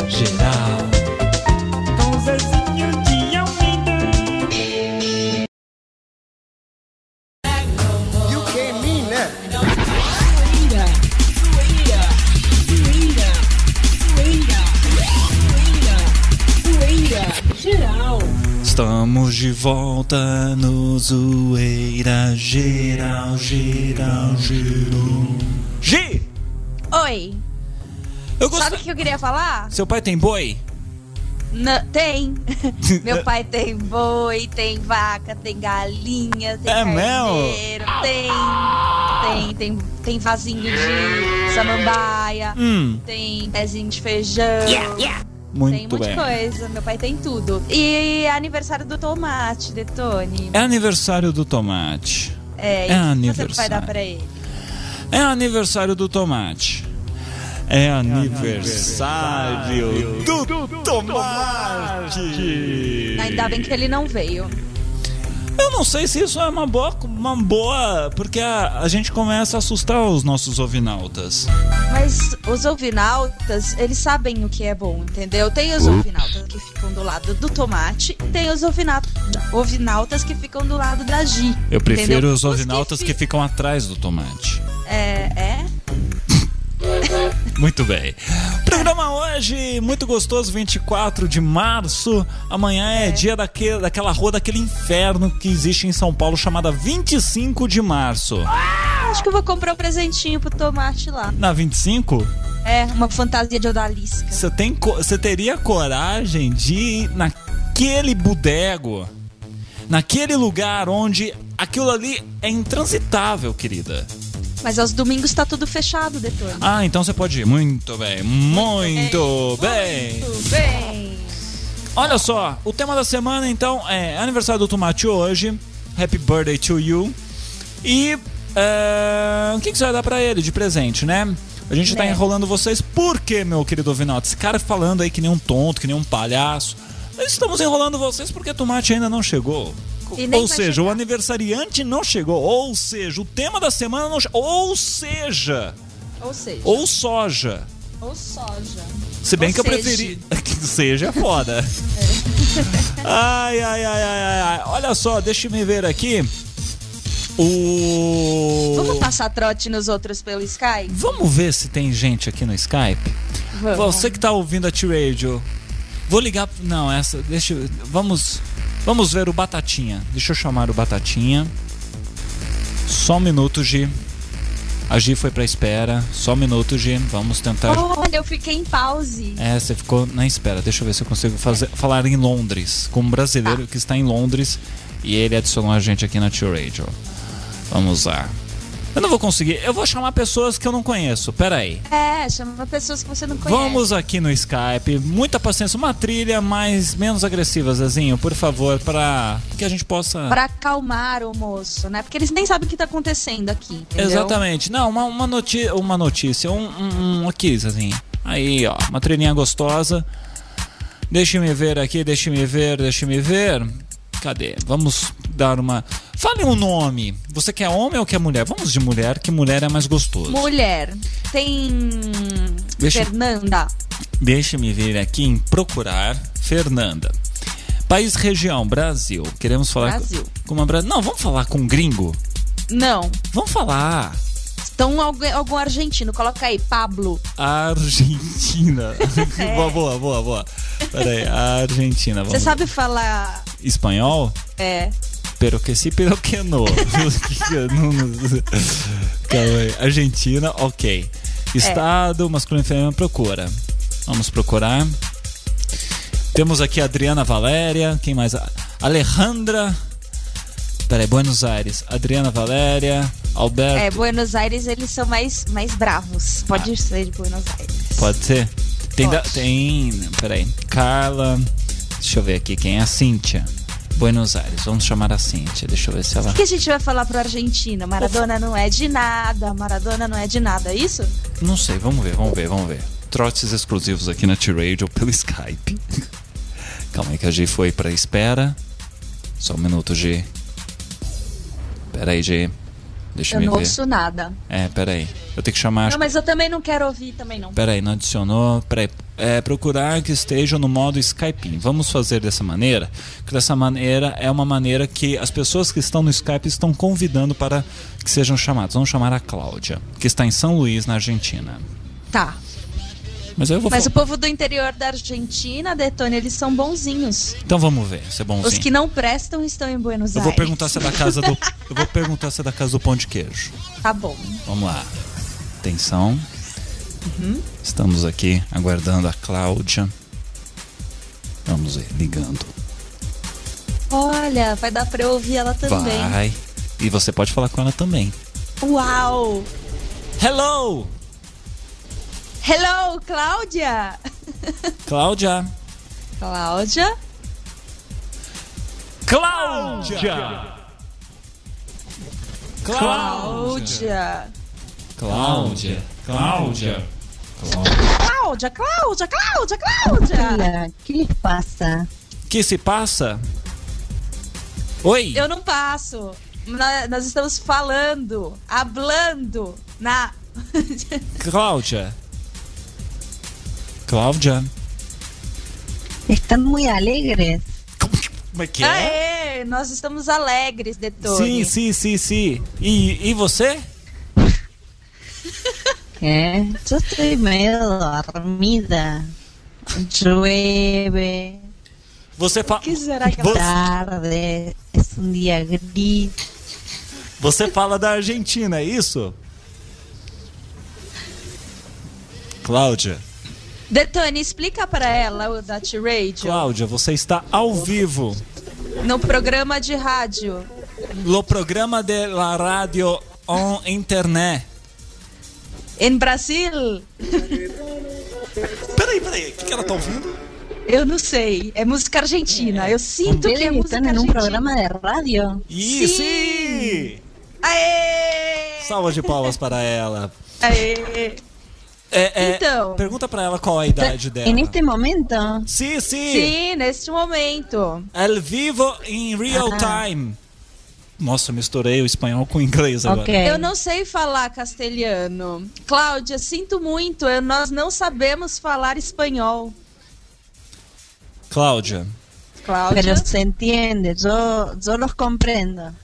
[SPEAKER 7] geral.
[SPEAKER 3] Com Zezinho de Almeida.
[SPEAKER 1] Estamos de volta no Zoeira Geral, Geral, Geral. G!
[SPEAKER 4] Oi.
[SPEAKER 1] Eu gosto.
[SPEAKER 4] Sabe o que eu queria falar?
[SPEAKER 1] Seu pai tem boi?
[SPEAKER 4] Nã- tem. Meu pai tem boi, tem vaca, tem galinha, tem
[SPEAKER 1] É mesmo?
[SPEAKER 4] carneiro, tem, tem, tem, tem vasinho de samambaia,
[SPEAKER 1] Hum,
[SPEAKER 4] tem pezinho de feijão. Tem um
[SPEAKER 1] muito
[SPEAKER 4] monte
[SPEAKER 1] bem.
[SPEAKER 4] de coisa, meu pai tem tudo. E é aniversário do tomate, Detone.
[SPEAKER 1] É aniversário do tomate.
[SPEAKER 4] É,
[SPEAKER 1] é
[SPEAKER 4] e o que você vai
[SPEAKER 1] aniversário.
[SPEAKER 4] dar pra ele?
[SPEAKER 1] É aniversário do tomate. É aniversário do, Tomate.
[SPEAKER 4] Ainda bem que ele não veio.
[SPEAKER 1] Eu não sei se isso é uma boa, uma boa porque a, a gente começa a assustar os nossos ovinautas.
[SPEAKER 4] Mas os ovinautas, eles sabem o que é bom, entendeu? Tem
[SPEAKER 1] Uhum.
[SPEAKER 4] os ovinautas que ficam do lado do tomate, e tem os ovinautas, ovinautas que ficam do lado da Gi.
[SPEAKER 1] Eu prefiro
[SPEAKER 4] entendeu?
[SPEAKER 1] os ovinautas que
[SPEAKER 4] fi-
[SPEAKER 1] ficam atrás do tomate.
[SPEAKER 4] É, é.
[SPEAKER 1] Muito bem. Programa hoje, muito gostoso, 24 de março. Amanhã é, dia daque- daquela rua, daquele inferno que existe em São Paulo, chamada 25 de março.
[SPEAKER 4] Acho que eu vou comprar um presentinho pro tomate lá.
[SPEAKER 1] Na 25,
[SPEAKER 4] É, uma fantasia de odalisca.
[SPEAKER 1] você tem co- você teria coragem de ir naquele bodego, naquele lugar onde aquilo ali é intransitável, querida.
[SPEAKER 4] Mas aos domingos tá tudo fechado, Detone.
[SPEAKER 1] Ah, então você pode ir. Muito bem, muito bem.
[SPEAKER 4] Tudo bem.
[SPEAKER 1] Olha só, o tema da semana então é aniversário do Tomate hoje. Happy birthday to you. E é, o que, que você vai dar pra ele de presente, né? A gente tá
[SPEAKER 4] Né.
[SPEAKER 1] enrolando vocês. Por que, meu querido Ovinaldo? Esse cara falando aí que nem um tonto, que nem um palhaço. Nós estamos enrolando vocês porque Tomate ainda não chegou.
[SPEAKER 4] E nem
[SPEAKER 1] Ou
[SPEAKER 4] vai
[SPEAKER 1] seja, o
[SPEAKER 4] chegar.
[SPEAKER 1] aniversariante não chegou. Ou seja, o tema da semana não chegou. Ou seja,
[SPEAKER 4] Ou seja, ou,
[SPEAKER 1] ou soja.
[SPEAKER 4] soja.
[SPEAKER 1] Se bem
[SPEAKER 4] Ou
[SPEAKER 1] que eu
[SPEAKER 4] seja.
[SPEAKER 1] preferi. Que seja foda. Ai, ai, ai, ai, ai, ai. Olha só, deixa eu me ver aqui. O.
[SPEAKER 4] Vamos passar trote nos outros pelo Skype?
[SPEAKER 1] Vamos ver se tem gente aqui no Skype. Você que tá ouvindo a T-Radio. Vou ligar. Não, essa. Deixa eu. Vamos. Vamos ver o Batatinha. Deixa eu chamar o Batatinha. Só um minuto, Gi. A Gi foi pra espera. Só um minuto, Gi. Vamos tentar.
[SPEAKER 4] Olha, eu fiquei em pause.
[SPEAKER 1] É, você ficou na espera. Deixa eu ver se eu consigo fazer, falar em Londres. Com um brasileiro que está em Londres e ele adicionou a gente aqui na Tio Radio. Vamos lá. Eu não vou conseguir. Eu vou chamar pessoas que eu não conheço. Pera aí.
[SPEAKER 4] É, chama pessoas que você não conhece.
[SPEAKER 1] Vamos aqui no Skype. Muita paciência. Uma trilha mais menos agressiva, Zezinho, por favor, para que a gente possa...
[SPEAKER 4] Pra acalmar o moço, né? Porque eles nem sabem o que tá acontecendo aqui. Entendeu?
[SPEAKER 1] Exatamente. Não, uma, uma, noti uma notícia, um, um, um aqui, assim. Aí, ó, uma trilhinha gostosa. Deixa-me ver aqui, deixa-me ver, deixa-me ver. Cadê? Vamos dar uma. Fale um nome. Você quer homem ou quer mulher? Vamos de mulher, que mulher é mais gostoso.
[SPEAKER 4] Mulher. Tem.
[SPEAKER 1] Deixa-
[SPEAKER 4] Fernanda.
[SPEAKER 1] Deixa-me ver aqui em procurar Fernanda. País, região, Brasil. Queremos falar
[SPEAKER 4] Brasil.
[SPEAKER 1] com uma bra- Não, vamos falar com um gringo.
[SPEAKER 4] Não.
[SPEAKER 1] Vamos falar
[SPEAKER 4] Então, alguém- algum argentino. Coloca aí, Pablo.
[SPEAKER 1] Argentina.
[SPEAKER 4] É.
[SPEAKER 1] boa, boa, boa, boa. Peraí, Argentina.
[SPEAKER 4] Você
[SPEAKER 1] Vamos.
[SPEAKER 4] sabe falar.
[SPEAKER 1] Espanhol?
[SPEAKER 4] É.
[SPEAKER 1] Pero que sí, pero que no. Não, não- Calma aí. Argentina, ok.
[SPEAKER 4] É.
[SPEAKER 1] Estado, masculino e feminino, procura. Vamos procurar. Temos aqui a Adriana Valéria. Quem mais? Alejandra. Peraí, Buenos Aires. Adriana Valéria. Alberto.
[SPEAKER 4] É, Buenos Aires, eles são mais, mais bravos. Pode ser de Buenos Aires.
[SPEAKER 1] Ah. Pode ser? Tem, da,
[SPEAKER 4] Pode.
[SPEAKER 1] tem. Peraí. Carla. Deixa eu ver aqui quem é. A Cíntia. Buenos Aires. Vamos chamar a Cíntia. Deixa eu ver se ela.
[SPEAKER 4] O que a gente vai falar pro argentino? Maradona não é de nada, Maradona não é de nada, é isso?
[SPEAKER 1] Não sei. Vamos ver, vamos ver, vamos ver. Trotes exclusivos aqui na T-Radio pelo Skype. Calma aí que a G foi pra espera. Só um minuto, G. Pera aí, G. Deixa
[SPEAKER 4] Eu
[SPEAKER 1] eu me
[SPEAKER 4] não
[SPEAKER 1] ver.
[SPEAKER 4] ouço nada.
[SPEAKER 1] É, pera aí. Eu tenho que chamar.
[SPEAKER 4] Não, mas eu também não quero ouvir também não.
[SPEAKER 1] Peraí, não adicionou. Peraí. É, procurar que estejam no modo Skype. Vamos fazer dessa maneira, que dessa maneira é uma maneira que as pessoas que estão no Skype estão convidando para que sejam chamados. Vamos chamar a Cláudia, que está em São Luís, na Argentina.
[SPEAKER 4] Tá.
[SPEAKER 1] Mas eu vou.
[SPEAKER 4] Mas
[SPEAKER 1] fa-
[SPEAKER 4] o povo do interior da Argentina, Detone, eles são bonzinhos.
[SPEAKER 1] Então vamos ver, se é
[SPEAKER 4] Os
[SPEAKER 1] bonzinho.
[SPEAKER 4] que não prestam estão em Buenos
[SPEAKER 1] Eu
[SPEAKER 4] Aires.
[SPEAKER 1] vou perguntar se é da casa do. Eu vou perguntar se é da casa do pão de queijo.
[SPEAKER 4] Tá bom.
[SPEAKER 1] Vamos lá. Atenção.
[SPEAKER 4] Uhum.
[SPEAKER 1] Estamos aqui aguardando a Cláudia. Vamos ver, ligando.
[SPEAKER 4] Olha, vai dar pra eu ouvir ela também.
[SPEAKER 1] Vai. E você pode falar com ela também.
[SPEAKER 4] Uau!
[SPEAKER 1] Hello!
[SPEAKER 4] Hello, Cláudia!
[SPEAKER 1] Cláudia!
[SPEAKER 4] Cláudia?
[SPEAKER 1] Cláudia! Cláudia!
[SPEAKER 4] Cláudia!
[SPEAKER 1] Cláudia! Cláudia!
[SPEAKER 4] Cláudia, Cláudia, Cláudia, Cláudia!
[SPEAKER 2] O que lhe passa?
[SPEAKER 1] Que se passa? Oi?
[SPEAKER 4] Eu não passo. Na- Nós estamos falando, hablando na.
[SPEAKER 1] Cláudia. Cláudia.
[SPEAKER 2] Están muy alegres.
[SPEAKER 1] Como é que é?
[SPEAKER 4] Aê, nós estamos alegres, Detone.
[SPEAKER 1] Sim, sim, sim, sim. E, e você?
[SPEAKER 2] ¿eh? Yo estoy medio dormida. Llueve.
[SPEAKER 1] Você fala.
[SPEAKER 4] que será que ela-
[SPEAKER 1] você,
[SPEAKER 2] Tarde. Es un día gris.
[SPEAKER 1] você fala da Argentina, é isso? Cláudia.
[SPEAKER 4] Detone, explica pra ela o Dutch Radio
[SPEAKER 1] Cláudia, você está ao vivo
[SPEAKER 4] no programa de rádio.
[SPEAKER 1] no programa de la radio on internet.
[SPEAKER 4] Em Brasil?
[SPEAKER 1] Peraí, peraí, o que, que ela tá ouvindo?
[SPEAKER 4] Eu não sei. É música argentina. Eu sinto que é
[SPEAKER 2] Ustedes
[SPEAKER 4] música
[SPEAKER 2] están en
[SPEAKER 4] argentina.
[SPEAKER 2] un programa de radio.
[SPEAKER 1] Ih,
[SPEAKER 4] Sim!
[SPEAKER 1] sim!
[SPEAKER 4] Aê!
[SPEAKER 1] Salva de palmas para ela.
[SPEAKER 4] Aê!
[SPEAKER 1] É, é,
[SPEAKER 4] Então.
[SPEAKER 1] Pergunta para ela qual a idade dela.
[SPEAKER 2] En este momento.
[SPEAKER 1] Sim, sim!
[SPEAKER 4] Sim, neste momento.
[SPEAKER 1] Al vivo in real
[SPEAKER 2] Ah.
[SPEAKER 1] time. Nossa, misturei o espanhol com o inglês agora.
[SPEAKER 2] Ok.
[SPEAKER 4] Eu não sei falar castelhano. Cláudia, sinto muito. eu- nós não sabemos falar espanhol.
[SPEAKER 1] Cláudia.
[SPEAKER 4] Cláudia.
[SPEAKER 2] Pero se entiende. Yo, yo los comprendo.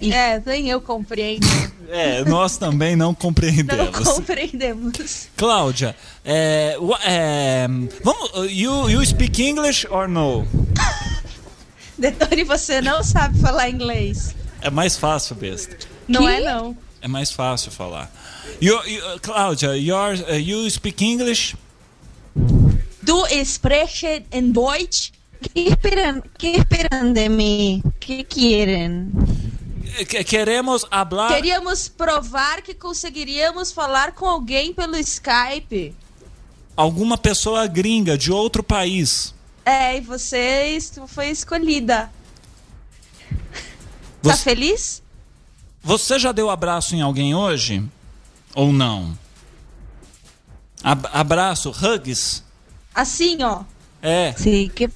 [SPEAKER 2] e-
[SPEAKER 4] É, nem eu compreendo.
[SPEAKER 1] É, nós também não
[SPEAKER 4] Não
[SPEAKER 1] compreendemos.
[SPEAKER 4] compreendemos.
[SPEAKER 1] Cláudia, é, wha- é, vamos, you, you speak English or no?
[SPEAKER 4] Detone, você não sabe falar inglês.
[SPEAKER 1] É mais fácil, besta.
[SPEAKER 4] Não é, não.
[SPEAKER 1] É mais fácil falar. You, you, Cláudia, your, uh, you speak English?
[SPEAKER 4] Du sprechen in Deutsch?
[SPEAKER 2] ¿Qué esperan, ¿Qué esperan de mí? ¿Qué quieren?
[SPEAKER 1] É, Que- Queremos hablar.
[SPEAKER 4] Queríamos provar que conseguiríamos falar com alguém pelo Skype.
[SPEAKER 1] Alguma pessoa gringa de outro país.
[SPEAKER 4] É, e você es- foi escolhida. Tá
[SPEAKER 1] Você,
[SPEAKER 4] feliz?
[SPEAKER 1] você já deu abraço em alguém hoje? Ou não? Ab- abraço, hugs?
[SPEAKER 4] Assim, ó.
[SPEAKER 1] É,
[SPEAKER 2] Sí, qué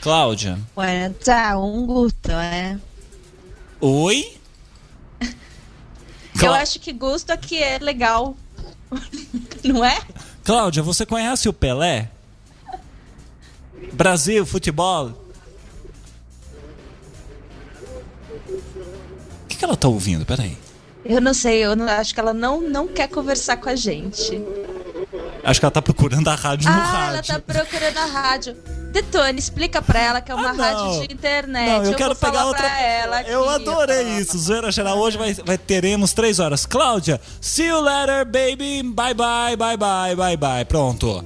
[SPEAKER 1] Cláudia.
[SPEAKER 2] bueno. Chao, un gusto, ¿eh?
[SPEAKER 1] Oi?
[SPEAKER 4] Eu
[SPEAKER 1] Clá-
[SPEAKER 4] acho que gosto aqui é legal. Não é?
[SPEAKER 1] Cláudia, você conhece o Pelé? Brasil, futebol? O que, que ela tá ouvindo? Peraí.
[SPEAKER 4] Eu não sei, eu não- acho que ela não, não quer conversar com a gente.
[SPEAKER 1] Acho que ela tá procurando a rádio no
[SPEAKER 4] ah,
[SPEAKER 1] rádio.
[SPEAKER 4] ela tá procurando a rádio. Detone, explica pra ela que é uma
[SPEAKER 1] Ah, não.
[SPEAKER 4] rádio de internet.
[SPEAKER 1] Não, eu,
[SPEAKER 4] vou
[SPEAKER 1] quero pegar
[SPEAKER 4] falar
[SPEAKER 1] outra.
[SPEAKER 4] pra ela.
[SPEAKER 1] eu
[SPEAKER 4] aqui,
[SPEAKER 1] adorei
[SPEAKER 4] ó.
[SPEAKER 1] isso. Zoeira geral hoje vai, vai teremos três horas. Cláudia, see you later, baby. Bye bye, bye bye, bye bye. Pronto.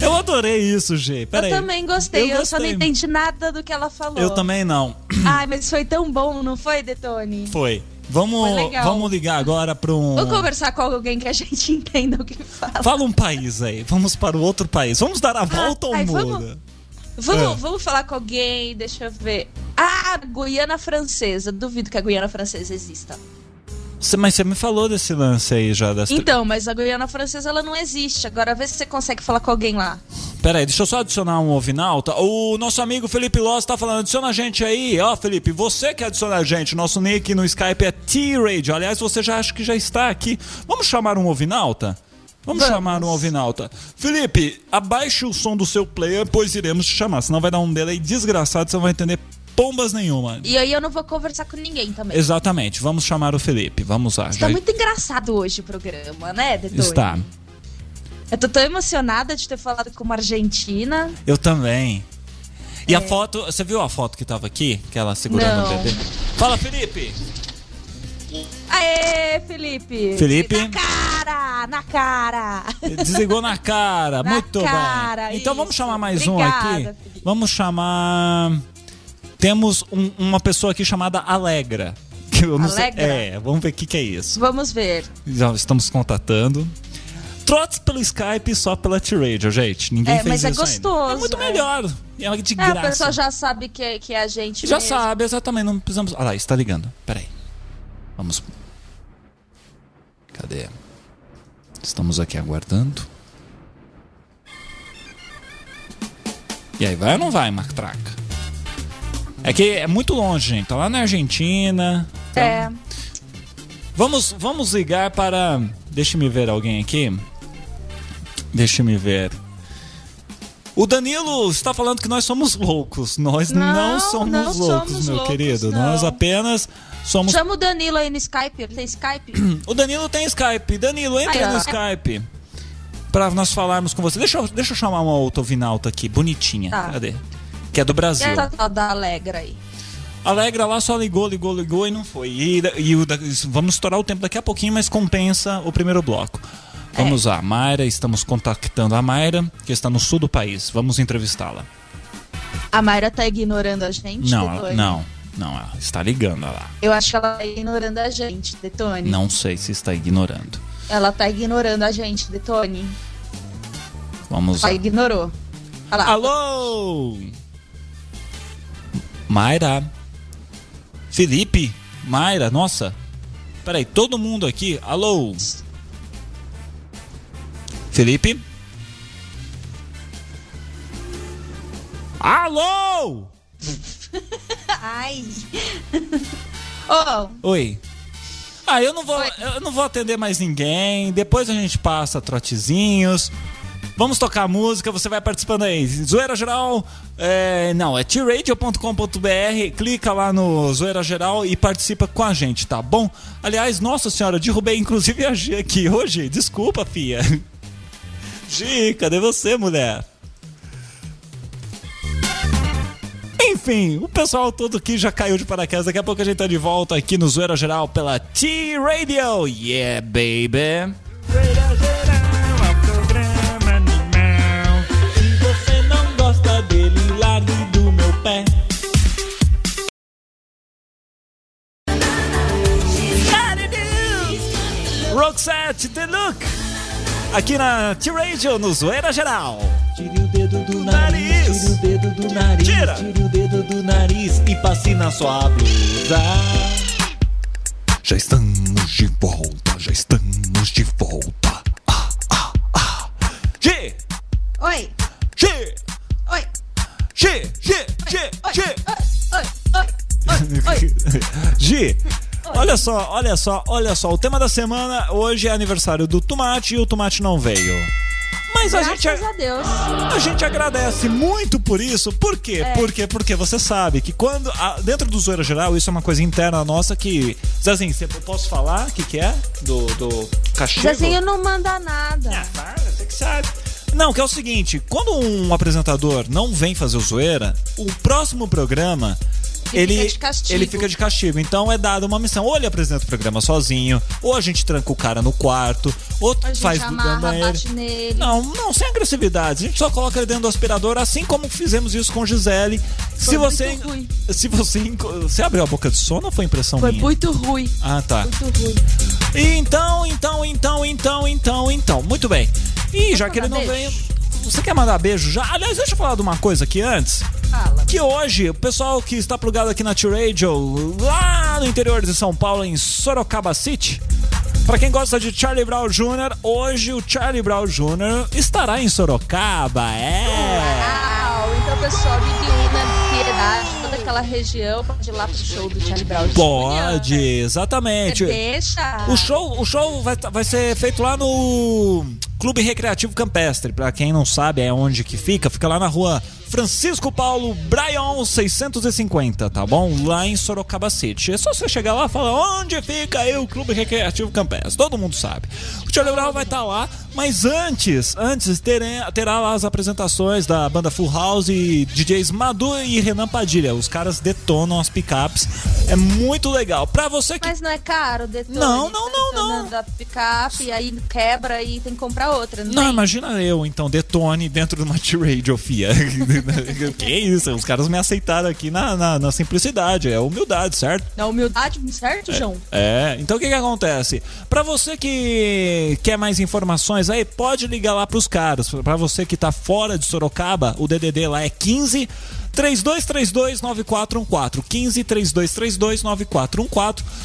[SPEAKER 1] Eu adorei isso, G.
[SPEAKER 4] Eu
[SPEAKER 1] Peraí.
[SPEAKER 4] também gostei, eu, só não
[SPEAKER 1] gostei.
[SPEAKER 4] entendi nada do que ela falou.
[SPEAKER 1] Eu também não.
[SPEAKER 4] Ai, mas foi tão bom, não foi, Detone?
[SPEAKER 1] Foi. Vamos,
[SPEAKER 4] Foi legal.
[SPEAKER 1] vamos ligar agora para um.
[SPEAKER 4] Vou conversar com alguém que a gente entenda o que fala.
[SPEAKER 1] Fala um país aí. Vamos para o outro país. Vamos dar a volta ao
[SPEAKER 4] Ah, ai,
[SPEAKER 1] mundo.
[SPEAKER 4] vamos. Vamos,
[SPEAKER 1] É.
[SPEAKER 4] vamos falar com alguém, deixa eu ver. Ah, Guiana Francesa. Duvido que a Guiana Francesa exista.
[SPEAKER 1] Você- mas você me falou desse lance aí já. Das...
[SPEAKER 4] Então, mas a Guiana Francesa ela não existe. Agora vê se você consegue falar com alguém lá.
[SPEAKER 1] Pera aí, deixa eu só adicionar um ovinalta. O nosso amigo Felipe Loss tá falando, adiciona a gente aí. Ó, Felipe, você que adiciona a gente. Nosso nick no Skype é T-Radio. Aliás, você já acha que já está aqui. Vamos chamar um ovinalta? Vamos, chamar um ovinalta. Felipe, abaixe o som do seu player, pois iremos te chamar. Senão vai dar um delay desgraçado, você não vai entender pombas nenhuma.
[SPEAKER 4] E aí eu não vou conversar com ninguém também.
[SPEAKER 1] Exatamente, vamos chamar o Felipe. Vamos lá.
[SPEAKER 4] Está
[SPEAKER 1] já-
[SPEAKER 4] tá muito engraçado hoje o programa, né, Dedone?
[SPEAKER 1] Está.
[SPEAKER 4] Eu tô tão emocionada de ter falado com uma argentina.
[SPEAKER 1] Eu também. E a foto, você viu a foto que tava aqui? Que ela segurando o
[SPEAKER 4] É. Não.
[SPEAKER 1] bebê? Fala, Felipe!
[SPEAKER 4] Aê, Felipe!
[SPEAKER 1] Felipe.
[SPEAKER 4] Na cara! Na cara!
[SPEAKER 1] Desligou na cara,
[SPEAKER 4] Na
[SPEAKER 1] muito
[SPEAKER 4] cara,
[SPEAKER 1] bem. Então vamos
[SPEAKER 4] isso.
[SPEAKER 1] chamar mais um aqui.
[SPEAKER 4] Obrigada, Felipe.
[SPEAKER 1] Vamos chamar. Temos um- uma pessoa aqui chamada Alegra. Que eu não sei-
[SPEAKER 4] Alegra?
[SPEAKER 1] É, vamos ver o que, que é isso.
[SPEAKER 4] Vamos ver.
[SPEAKER 1] Já estamos contatando. Trotes pelo Skype e só pela T-Radio, gente. Ninguém
[SPEAKER 4] É,
[SPEAKER 1] fez
[SPEAKER 4] mas é
[SPEAKER 1] isso ainda.
[SPEAKER 4] gostoso,
[SPEAKER 1] É muito
[SPEAKER 4] é.
[SPEAKER 1] melhor. É de
[SPEAKER 4] É,
[SPEAKER 1] graça.
[SPEAKER 4] a pessoa já sabe que, é- que é a gente.
[SPEAKER 1] Já
[SPEAKER 4] mesmo.
[SPEAKER 1] sabe, exatamente, não precisamos. Ah lá, está ligando. Peraí. Vamos. Cadê? Estamos aqui aguardando. E aí, vai ou não vai, Matraca? É que é muito longe, gente. Tá lá na Argentina.
[SPEAKER 4] É.
[SPEAKER 1] Então, Vamos, vamos ligar para. Deixa me ver alguém aqui. Deixa me ver. O Danilo está falando que nós somos loucos. Nós não,
[SPEAKER 4] Não,
[SPEAKER 1] somos
[SPEAKER 4] não
[SPEAKER 1] loucos,
[SPEAKER 4] somos
[SPEAKER 1] meu
[SPEAKER 4] loucos,
[SPEAKER 1] querido.
[SPEAKER 4] não.
[SPEAKER 1] Nós apenas somos.
[SPEAKER 4] Chama o Danilo aí no Skype. Ele tem Skype?
[SPEAKER 1] O Danilo tem Skype. Danilo, entra
[SPEAKER 4] Aí, ó.
[SPEAKER 1] no Skype. Pra nós falarmos com você. Deixa eu, deixa eu chamar uma outra ovinalta aqui, bonitinha.
[SPEAKER 4] Tá.
[SPEAKER 1] Cadê? Que é do Brasil.
[SPEAKER 4] Quer tal da tá Alegra aí?
[SPEAKER 1] Alegra lá só ligou, ligou, ligou e não foi. E, e o da- vamos estourar o tempo daqui a pouquinho, mas compensa o primeiro bloco. Vamos lá, Mayra, estamos contactando a Mayra, que está no sul do país. Vamos entrevistá-la.
[SPEAKER 4] A Mayra tá ignorando a gente,
[SPEAKER 1] Não, ela-
[SPEAKER 4] Detone?
[SPEAKER 1] não, não, ela está ligando lá.
[SPEAKER 4] Eu acho que ela tá ignorando a gente, Detone.
[SPEAKER 1] Não sei se está ignorando.
[SPEAKER 4] Ela tá ignorando a gente, Detone.
[SPEAKER 1] Vamos lá.
[SPEAKER 4] Ela ignorou. Olha lá.
[SPEAKER 1] Alô! Mayra. Felipe. Mayra, nossa. Peraí, todo mundo aqui. Alô? Felipe? Alô!
[SPEAKER 4] Ai. Ô,
[SPEAKER 1] Oi. Ah, eu não vou, eu não vou atender mais ninguém. Depois a gente passa trotezinhos. Vamos tocar música, você vai participando aí. Zoeira Geral, é, não, é tiradio.com.br, clica lá no Zoeira Geral e participa com a gente, tá bom? Aliás, nossa senhora, eu derrubei inclusive a G aqui hoje. Desculpa, fia. G, cadê você, mulher? Enfim, o pessoal todo aqui já caiu de paraquedas. Daqui a pouco a gente tá de volta aqui no Zoeira Geral pela T-Radio. Yeah, baby.
[SPEAKER 3] Programa animal.
[SPEAKER 1] Se você não gosta dele, largue do meu pé. Roxette The Look. Aqui na T-Radio, no Zoeira Geral.
[SPEAKER 7] Tire o dedo do
[SPEAKER 1] nariz,
[SPEAKER 7] nariz,
[SPEAKER 1] tire
[SPEAKER 7] tire o dedo do nariz,
[SPEAKER 1] Tira.
[SPEAKER 7] tire o dedo do nariz e passe na sua blusa.
[SPEAKER 10] Já estamos de volta, já estamos de volta. Ah,
[SPEAKER 1] G,
[SPEAKER 4] oi,
[SPEAKER 1] G,
[SPEAKER 4] oi,
[SPEAKER 1] G, G, G,
[SPEAKER 4] oi,
[SPEAKER 1] G.
[SPEAKER 4] oi, oi, oi, oi, oi.
[SPEAKER 1] Gi, olha só, olha só, olha só. O tema da semana hoje é aniversário do Tomate e o Tomate não veio. Mas a gente,
[SPEAKER 4] Graças a Deus.
[SPEAKER 1] a gente agradece muito por isso. Por quê?
[SPEAKER 4] É.
[SPEAKER 1] Por quê? Porque você sabe que quando. a- dentro do Zoeira Geral, isso é uma coisa interna nossa que. Zezinho, você, eu posso falar o que, que é? Do, do cachê?
[SPEAKER 4] Zezinho não manda nada.
[SPEAKER 1] Fala, você que sabe. Não, que é o seguinte: quando um apresentador não vem fazer o zoeira, o próximo programa. Ele,
[SPEAKER 4] fica de castigo.
[SPEAKER 1] ele fica de castigo. Então é dada uma missão. Ou ele apresenta o programa sozinho, ou a gente tranca o cara no quarto, ou
[SPEAKER 4] A gente
[SPEAKER 1] É, faz do
[SPEAKER 4] amarra,
[SPEAKER 1] banheiro.
[SPEAKER 4] bate nele.
[SPEAKER 1] Não, não, sem agressividade. A gente só coloca ele dentro do aspirador, assim como fizemos isso com Gisele. se
[SPEAKER 4] muito
[SPEAKER 1] você.
[SPEAKER 4] ruim.
[SPEAKER 1] Se você. enco- Você abriu a boca de sono ou foi impressão
[SPEAKER 4] Foi
[SPEAKER 1] minha?
[SPEAKER 4] muito ruim.
[SPEAKER 1] Ah, tá.
[SPEAKER 4] Muito ruim.
[SPEAKER 1] Então, então, então, então, então, então. Muito bem. E já que ele
[SPEAKER 4] mandar
[SPEAKER 1] não veio.
[SPEAKER 4] beijo?
[SPEAKER 1] Você quer mandar beijo já? Aliás, deixa eu falar de uma coisa aqui antes.
[SPEAKER 4] Fala.
[SPEAKER 1] Que hoje, o pessoal que está plugado aqui na T-Radio, lá no interior de São Paulo, em Sorocaba City. Pra quem gosta de Charlie Brown Jr., hoje o Charlie Brown Jr. estará em Sorocaba, é.
[SPEAKER 4] Uau, então, pessoal, Big Una, Piedade, toda aquela região, pode ir lá pro show do Charlie Brown Jr.
[SPEAKER 1] Pode, exatamente.
[SPEAKER 4] Você deixa.
[SPEAKER 1] O show, o show vai, tá- vai ser feito lá no Clube Recreativo Campestre. Pra quem não sabe, é onde que fica. Fica lá na rua Francisco Paulo Bryan 650, tá bom? Lá em Sorocaba City. É só você chegar lá e falar onde fica aí o Clube Recreativo Campestre. Todo mundo sabe. O Tio Lebrão vai estar lá, mas antes, antes terá, terá lá as apresentações da banda Full House e DJs Madu e Renan Padilha. Os caras detonam as picapes. É muito legal. Pra você que
[SPEAKER 4] Mas não é caro, detone.
[SPEAKER 1] Não, não, não,
[SPEAKER 4] Tá
[SPEAKER 1] não.
[SPEAKER 4] andando Da picape, aí quebra e tem que comprar outra. Não,
[SPEAKER 1] Não,
[SPEAKER 4] tem?
[SPEAKER 1] imagina eu, então, detone dentro de uma T-Radio, fia. que isso, os caras me aceitaram aqui na, na, na simplicidade, é humildade, certo?
[SPEAKER 4] Na humildade, certo, João?
[SPEAKER 1] É, então o que que acontece? Pra você que quer mais informações aí, pode ligar lá pros caras. Pra você que tá fora de Sorocaba, o DDD lá é 15 3232-9414. 15 3232-9414.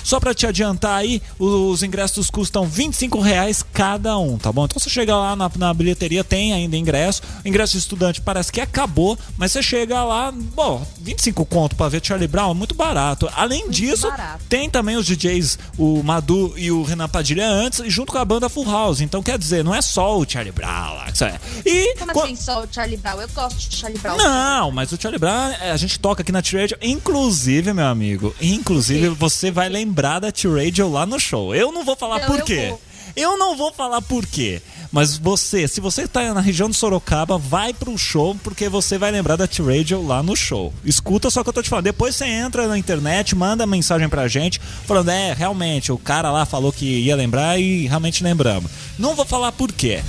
[SPEAKER 1] Só pra te adiantar aí, os ingressos custam 25 reais cada um, tá bom? Então você chega lá na, na bilheteria, tem ainda ingresso. Ingresso de estudante parece que acabou, mas você chega lá, bom, 25 conto pra ver Charlie Brown é muito barato. Além disso,
[SPEAKER 4] barato.
[SPEAKER 1] tem também os DJs, o Madu e o Renan Padilha antes, e junto com a banda Full House. Então quer dizer, não é só o Charlie Brown lá. isso é. E.
[SPEAKER 4] Como
[SPEAKER 1] quan-
[SPEAKER 4] assim só o Charlie Brown? Eu gosto de Charlie Brown.
[SPEAKER 1] não, mas o Charlie Brown, é, a gente toca aqui na T-Radio. Inclusive, meu amigo, inclusive você vai lembrar da T-Radio lá no show. Eu não vou falar
[SPEAKER 4] Não,
[SPEAKER 1] por
[SPEAKER 4] eu
[SPEAKER 1] quê.
[SPEAKER 4] vou.
[SPEAKER 1] Eu não vou falar por quê. Mas você, se você tá na região de Sorocaba, vai pro show, porque você vai lembrar da T-Radio lá no show. Escuta só o que eu tô te falando. Depois você entra na internet, manda mensagem pra gente, falando, é, realmente, o cara lá falou que ia lembrar e realmente lembramos. Não vou falar por quê.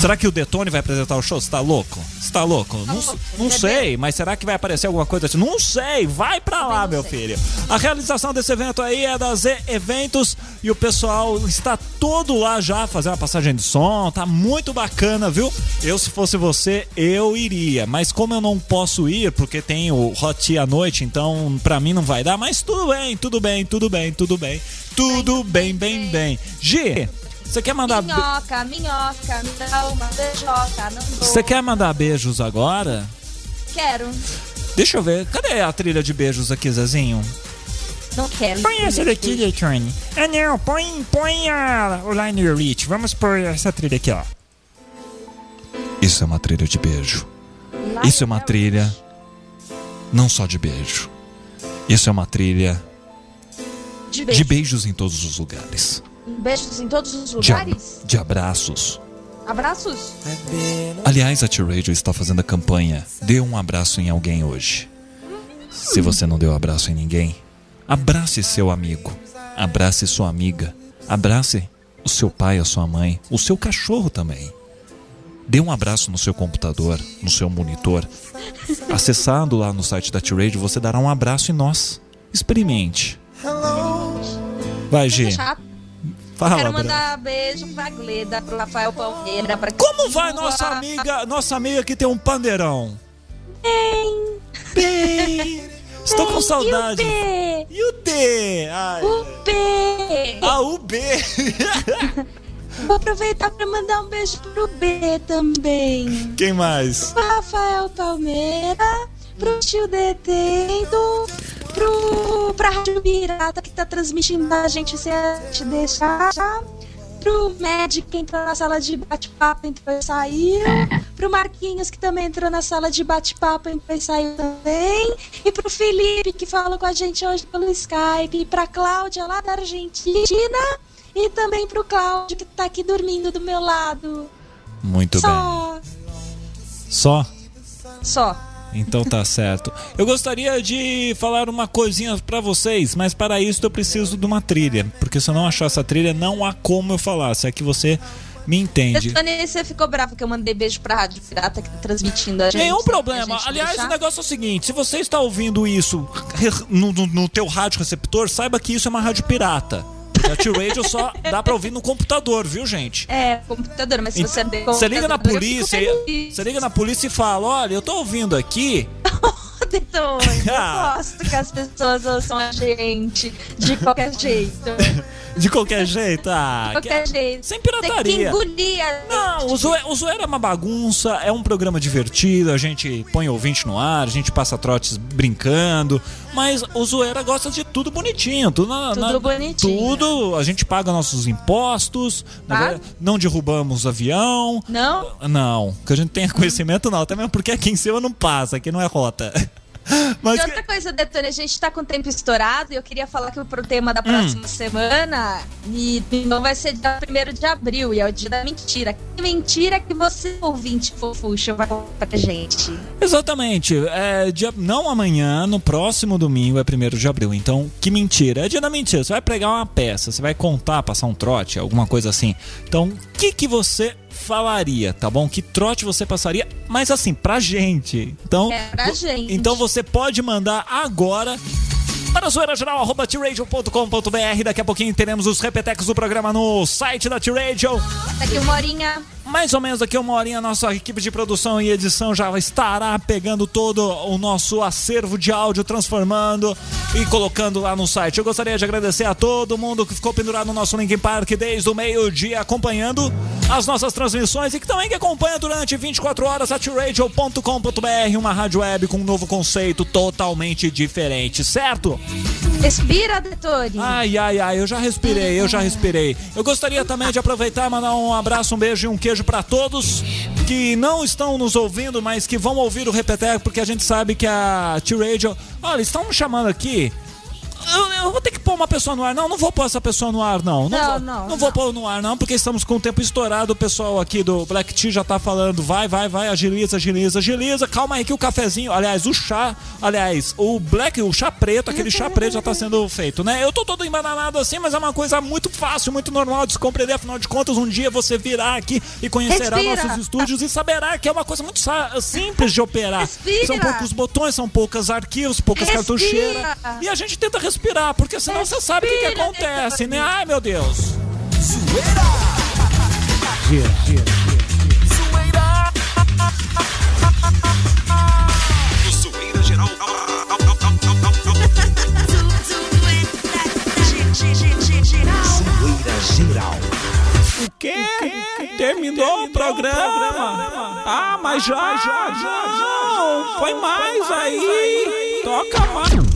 [SPEAKER 1] Será que o Detone vai apresentar o show? Você tá louco? Você tá louco? Não, se- não sei, mas será que vai aparecer alguma coisa assim? Não sei, vai pra lá, meu filho. A realização desse evento aí é da Z Eventos e o pessoal está todo lá já fazendo a passagem de som, tá muito bacana, viu? Eu, se fosse você, eu iria, mas como eu não posso ir, porque tem o Hot Tea à noite, então pra mim não vai dar, mas tudo bem, tudo bem, tudo bem, tudo bem, tudo bem, bem, bem. Gi, você quer mandar. be-
[SPEAKER 4] Minhoca, minhoca, me dá uma beijoca, não dou.
[SPEAKER 1] Você quer mandar beijos agora?
[SPEAKER 4] Quero.
[SPEAKER 1] Deixa eu ver. Cadê a trilha de beijos aqui, Zezinho?
[SPEAKER 4] Não quero.
[SPEAKER 3] Põe essa daqui, Detone. Ah, não, põe, põe a, o Lionel Rich. Vamos pôr essa trilha aqui, ó.
[SPEAKER 1] Isso é uma trilha de beijo. Isso é uma trilha não só de beijo. Isso é uma trilha
[SPEAKER 4] De
[SPEAKER 1] de
[SPEAKER 4] beijo.
[SPEAKER 1] beijos em todos os lugares.
[SPEAKER 4] Beijos em todos os
[SPEAKER 1] De, ab-
[SPEAKER 4] lugares?
[SPEAKER 1] de abraços.
[SPEAKER 4] Abraços?
[SPEAKER 1] Aliás, a T-Radio está fazendo a campanha Dê um abraço em alguém hoje. Se você não deu abraço em ninguém, abrace seu amigo, abrace sua amiga, abrace o seu pai, a sua mãe, o seu cachorro também. Dê um abraço no seu computador, no seu monitor. Acessando lá no site da T-Radio, você dará um abraço em nós. Experimente. Vai, G.
[SPEAKER 4] Chato.
[SPEAKER 1] Fala,
[SPEAKER 4] Quero
[SPEAKER 1] Bra-
[SPEAKER 4] mandar beijo pra Gleda, pro Rafael Palmeira, pra
[SPEAKER 1] Como vai nossa amiga, nossa amiga que tem um pandeirão?
[SPEAKER 4] Bem,
[SPEAKER 1] Bem. Estou com saudade.
[SPEAKER 4] E o P?
[SPEAKER 1] E o T? Ai.
[SPEAKER 4] O P!
[SPEAKER 1] A UB.
[SPEAKER 4] Vou aproveitar pra mandar um beijo pro B também.
[SPEAKER 1] Quem mais?
[SPEAKER 4] Pro Rafael Palmeira, pro tio Detendo, pro, pra Rádio Pirata que tá transmitindo a gente se a gente deixar. tá? Pro Magic que entrou na sala de bate-papo, entrou e saiu. Pro Marquinhos que também entrou na sala de bate-papo, entrou e saiu também. E pro Felipe que falou com a gente hoje pelo Skype. E pra Cláudia lá da Argentina. E também pro Cláudio que tá aqui dormindo do meu lado.
[SPEAKER 1] Muito bem.
[SPEAKER 4] Só.
[SPEAKER 1] Só?
[SPEAKER 4] Só.
[SPEAKER 1] Então tá certo. Eu gostaria de falar uma coisinha pra vocês, mas para isso eu preciso de uma trilha, porque se eu não achar essa trilha não há como eu falar, se é que você me entende.
[SPEAKER 4] Detone, você ficou bravo que eu mandei beijo pra Rádio Pirata que tá transmitindo a gente.
[SPEAKER 1] Nenhum
[SPEAKER 4] Pra
[SPEAKER 1] problema.
[SPEAKER 4] gente
[SPEAKER 1] Aliás,
[SPEAKER 4] deixar.
[SPEAKER 1] o negócio é o seguinte: se você está ouvindo isso re- no, no, no teu rádio receptor, saiba que isso é uma rádio pirata. Porque A T-Radio só dá pra ouvir no computador, viu, gente?
[SPEAKER 4] É, computador, mas se você der
[SPEAKER 1] Então, Você liga na
[SPEAKER 4] computador, eu
[SPEAKER 1] polícia,
[SPEAKER 4] fico
[SPEAKER 1] e-
[SPEAKER 4] feliz.
[SPEAKER 1] você liga na polícia e fala: olha, eu tô ouvindo aqui.
[SPEAKER 4] Detone,
[SPEAKER 1] Ah.
[SPEAKER 4] eu gosto que as pessoas ouçam a gente de qualquer jeito.
[SPEAKER 1] De qualquer jeito, ah.
[SPEAKER 4] De
[SPEAKER 1] que-
[SPEAKER 4] qualquer jeito.
[SPEAKER 1] Sem
[SPEAKER 4] Tem que
[SPEAKER 1] pirataria.
[SPEAKER 4] engolir a
[SPEAKER 1] Não, o Zoe- o Zoeira é uma bagunça, é um programa divertido, a gente põe ouvinte no ar, a gente passa trotes brincando, mas o Zoeira gosta de tudo bonitinho, tudo na,
[SPEAKER 4] Tudo
[SPEAKER 1] na-
[SPEAKER 4] bonitinho. Tá.
[SPEAKER 1] Tudo, a gente paga nossos impostos, na
[SPEAKER 4] Paga?
[SPEAKER 1] verdade, não derrubamos avião.
[SPEAKER 4] Não?
[SPEAKER 1] Não, que a gente tenha conhecimento não, até mesmo porque aqui em cima não passa, aqui não é rota. Mas
[SPEAKER 4] E
[SPEAKER 1] que-
[SPEAKER 4] outra coisa, Detone, a gente tá com o tempo estourado e eu queria falar que o pro tema da próxima semana e não vai ser dia 1 de abril e é o dia da mentira. Que mentira que você, ouvinte fofucho, vai contar pra gente.
[SPEAKER 1] Exatamente. É, dia- não amanhã, no próximo domingo é 1 de abril. Então, que mentira. É dia da mentira. Você vai pregar uma peça, você vai contar, passar um trote, alguma coisa assim. Então, o que, que você falaria, tá bom? Que trote você passaria? Mas assim, pra gente. Então,
[SPEAKER 4] É, pra gente.
[SPEAKER 1] então você pode mandar agora Para zoeira geral, arroba tradio.com.br. Daqui a pouquinho teremos os repetecos do programa no site da T-Radio.
[SPEAKER 4] Daqui uma horinha.
[SPEAKER 1] Mais ou menos daqui a uma horinha, nossa equipe de produção e edição já estará pegando todo o nosso acervo de áudio, transformando e colocando lá no site. Eu gostaria de agradecer a todo mundo que ficou pendurado no nosso Linkin Park desde o meio-dia, acompanhando as nossas transmissões e que também que acompanha durante 24 horas a tradio.com.br, uma rádio web com um novo conceito totalmente diferente, certo?
[SPEAKER 4] Respira, Detone.
[SPEAKER 1] Ai, ai, ai, eu já respirei, eu já respirei. Eu gostaria também de aproveitar e mandar um abraço, um beijo e um queijo para todos que não estão nos ouvindo, mas que vão ouvir o Repeteco, porque a gente sabe que a T-Radio. Olha, estão me chamando aqui. Eu, eu vou ter que pôr uma pessoa no ar. Não, não vou pôr essa pessoa no ar, não.
[SPEAKER 4] Não,
[SPEAKER 1] vou,
[SPEAKER 4] não,
[SPEAKER 1] não vou pôr no ar, não, porque estamos com o tempo estourado. O pessoal aqui do Black Tea já tá falando. Vai, vai, vai, agiliza, agiliza, agiliza. Calma aí que o cafezinho, aliás, o chá, aliás, o black, o chá preto, aquele chá preto já tá sendo feito, né? Eu tô todo embananado assim, mas é uma coisa muito fácil, muito normal de se compreender. Afinal de contas, um dia você virá aqui e conhecerá
[SPEAKER 4] Respira.
[SPEAKER 1] nossos estúdios e saberá que é uma coisa muito sa- simples de operar.
[SPEAKER 4] Respira.
[SPEAKER 1] São poucos botões, são poucos arquivos, poucas
[SPEAKER 4] Respira.
[SPEAKER 1] cartucheiras. E a gente tenta respirar, porque senão você sabe o que, que acontece, né? Ai, meu Deus.
[SPEAKER 10] No Zoeira Geral.
[SPEAKER 1] O quê? Terminou, o programa? Ah, mas já, já, já, já. Foi mais aí. Toca mais.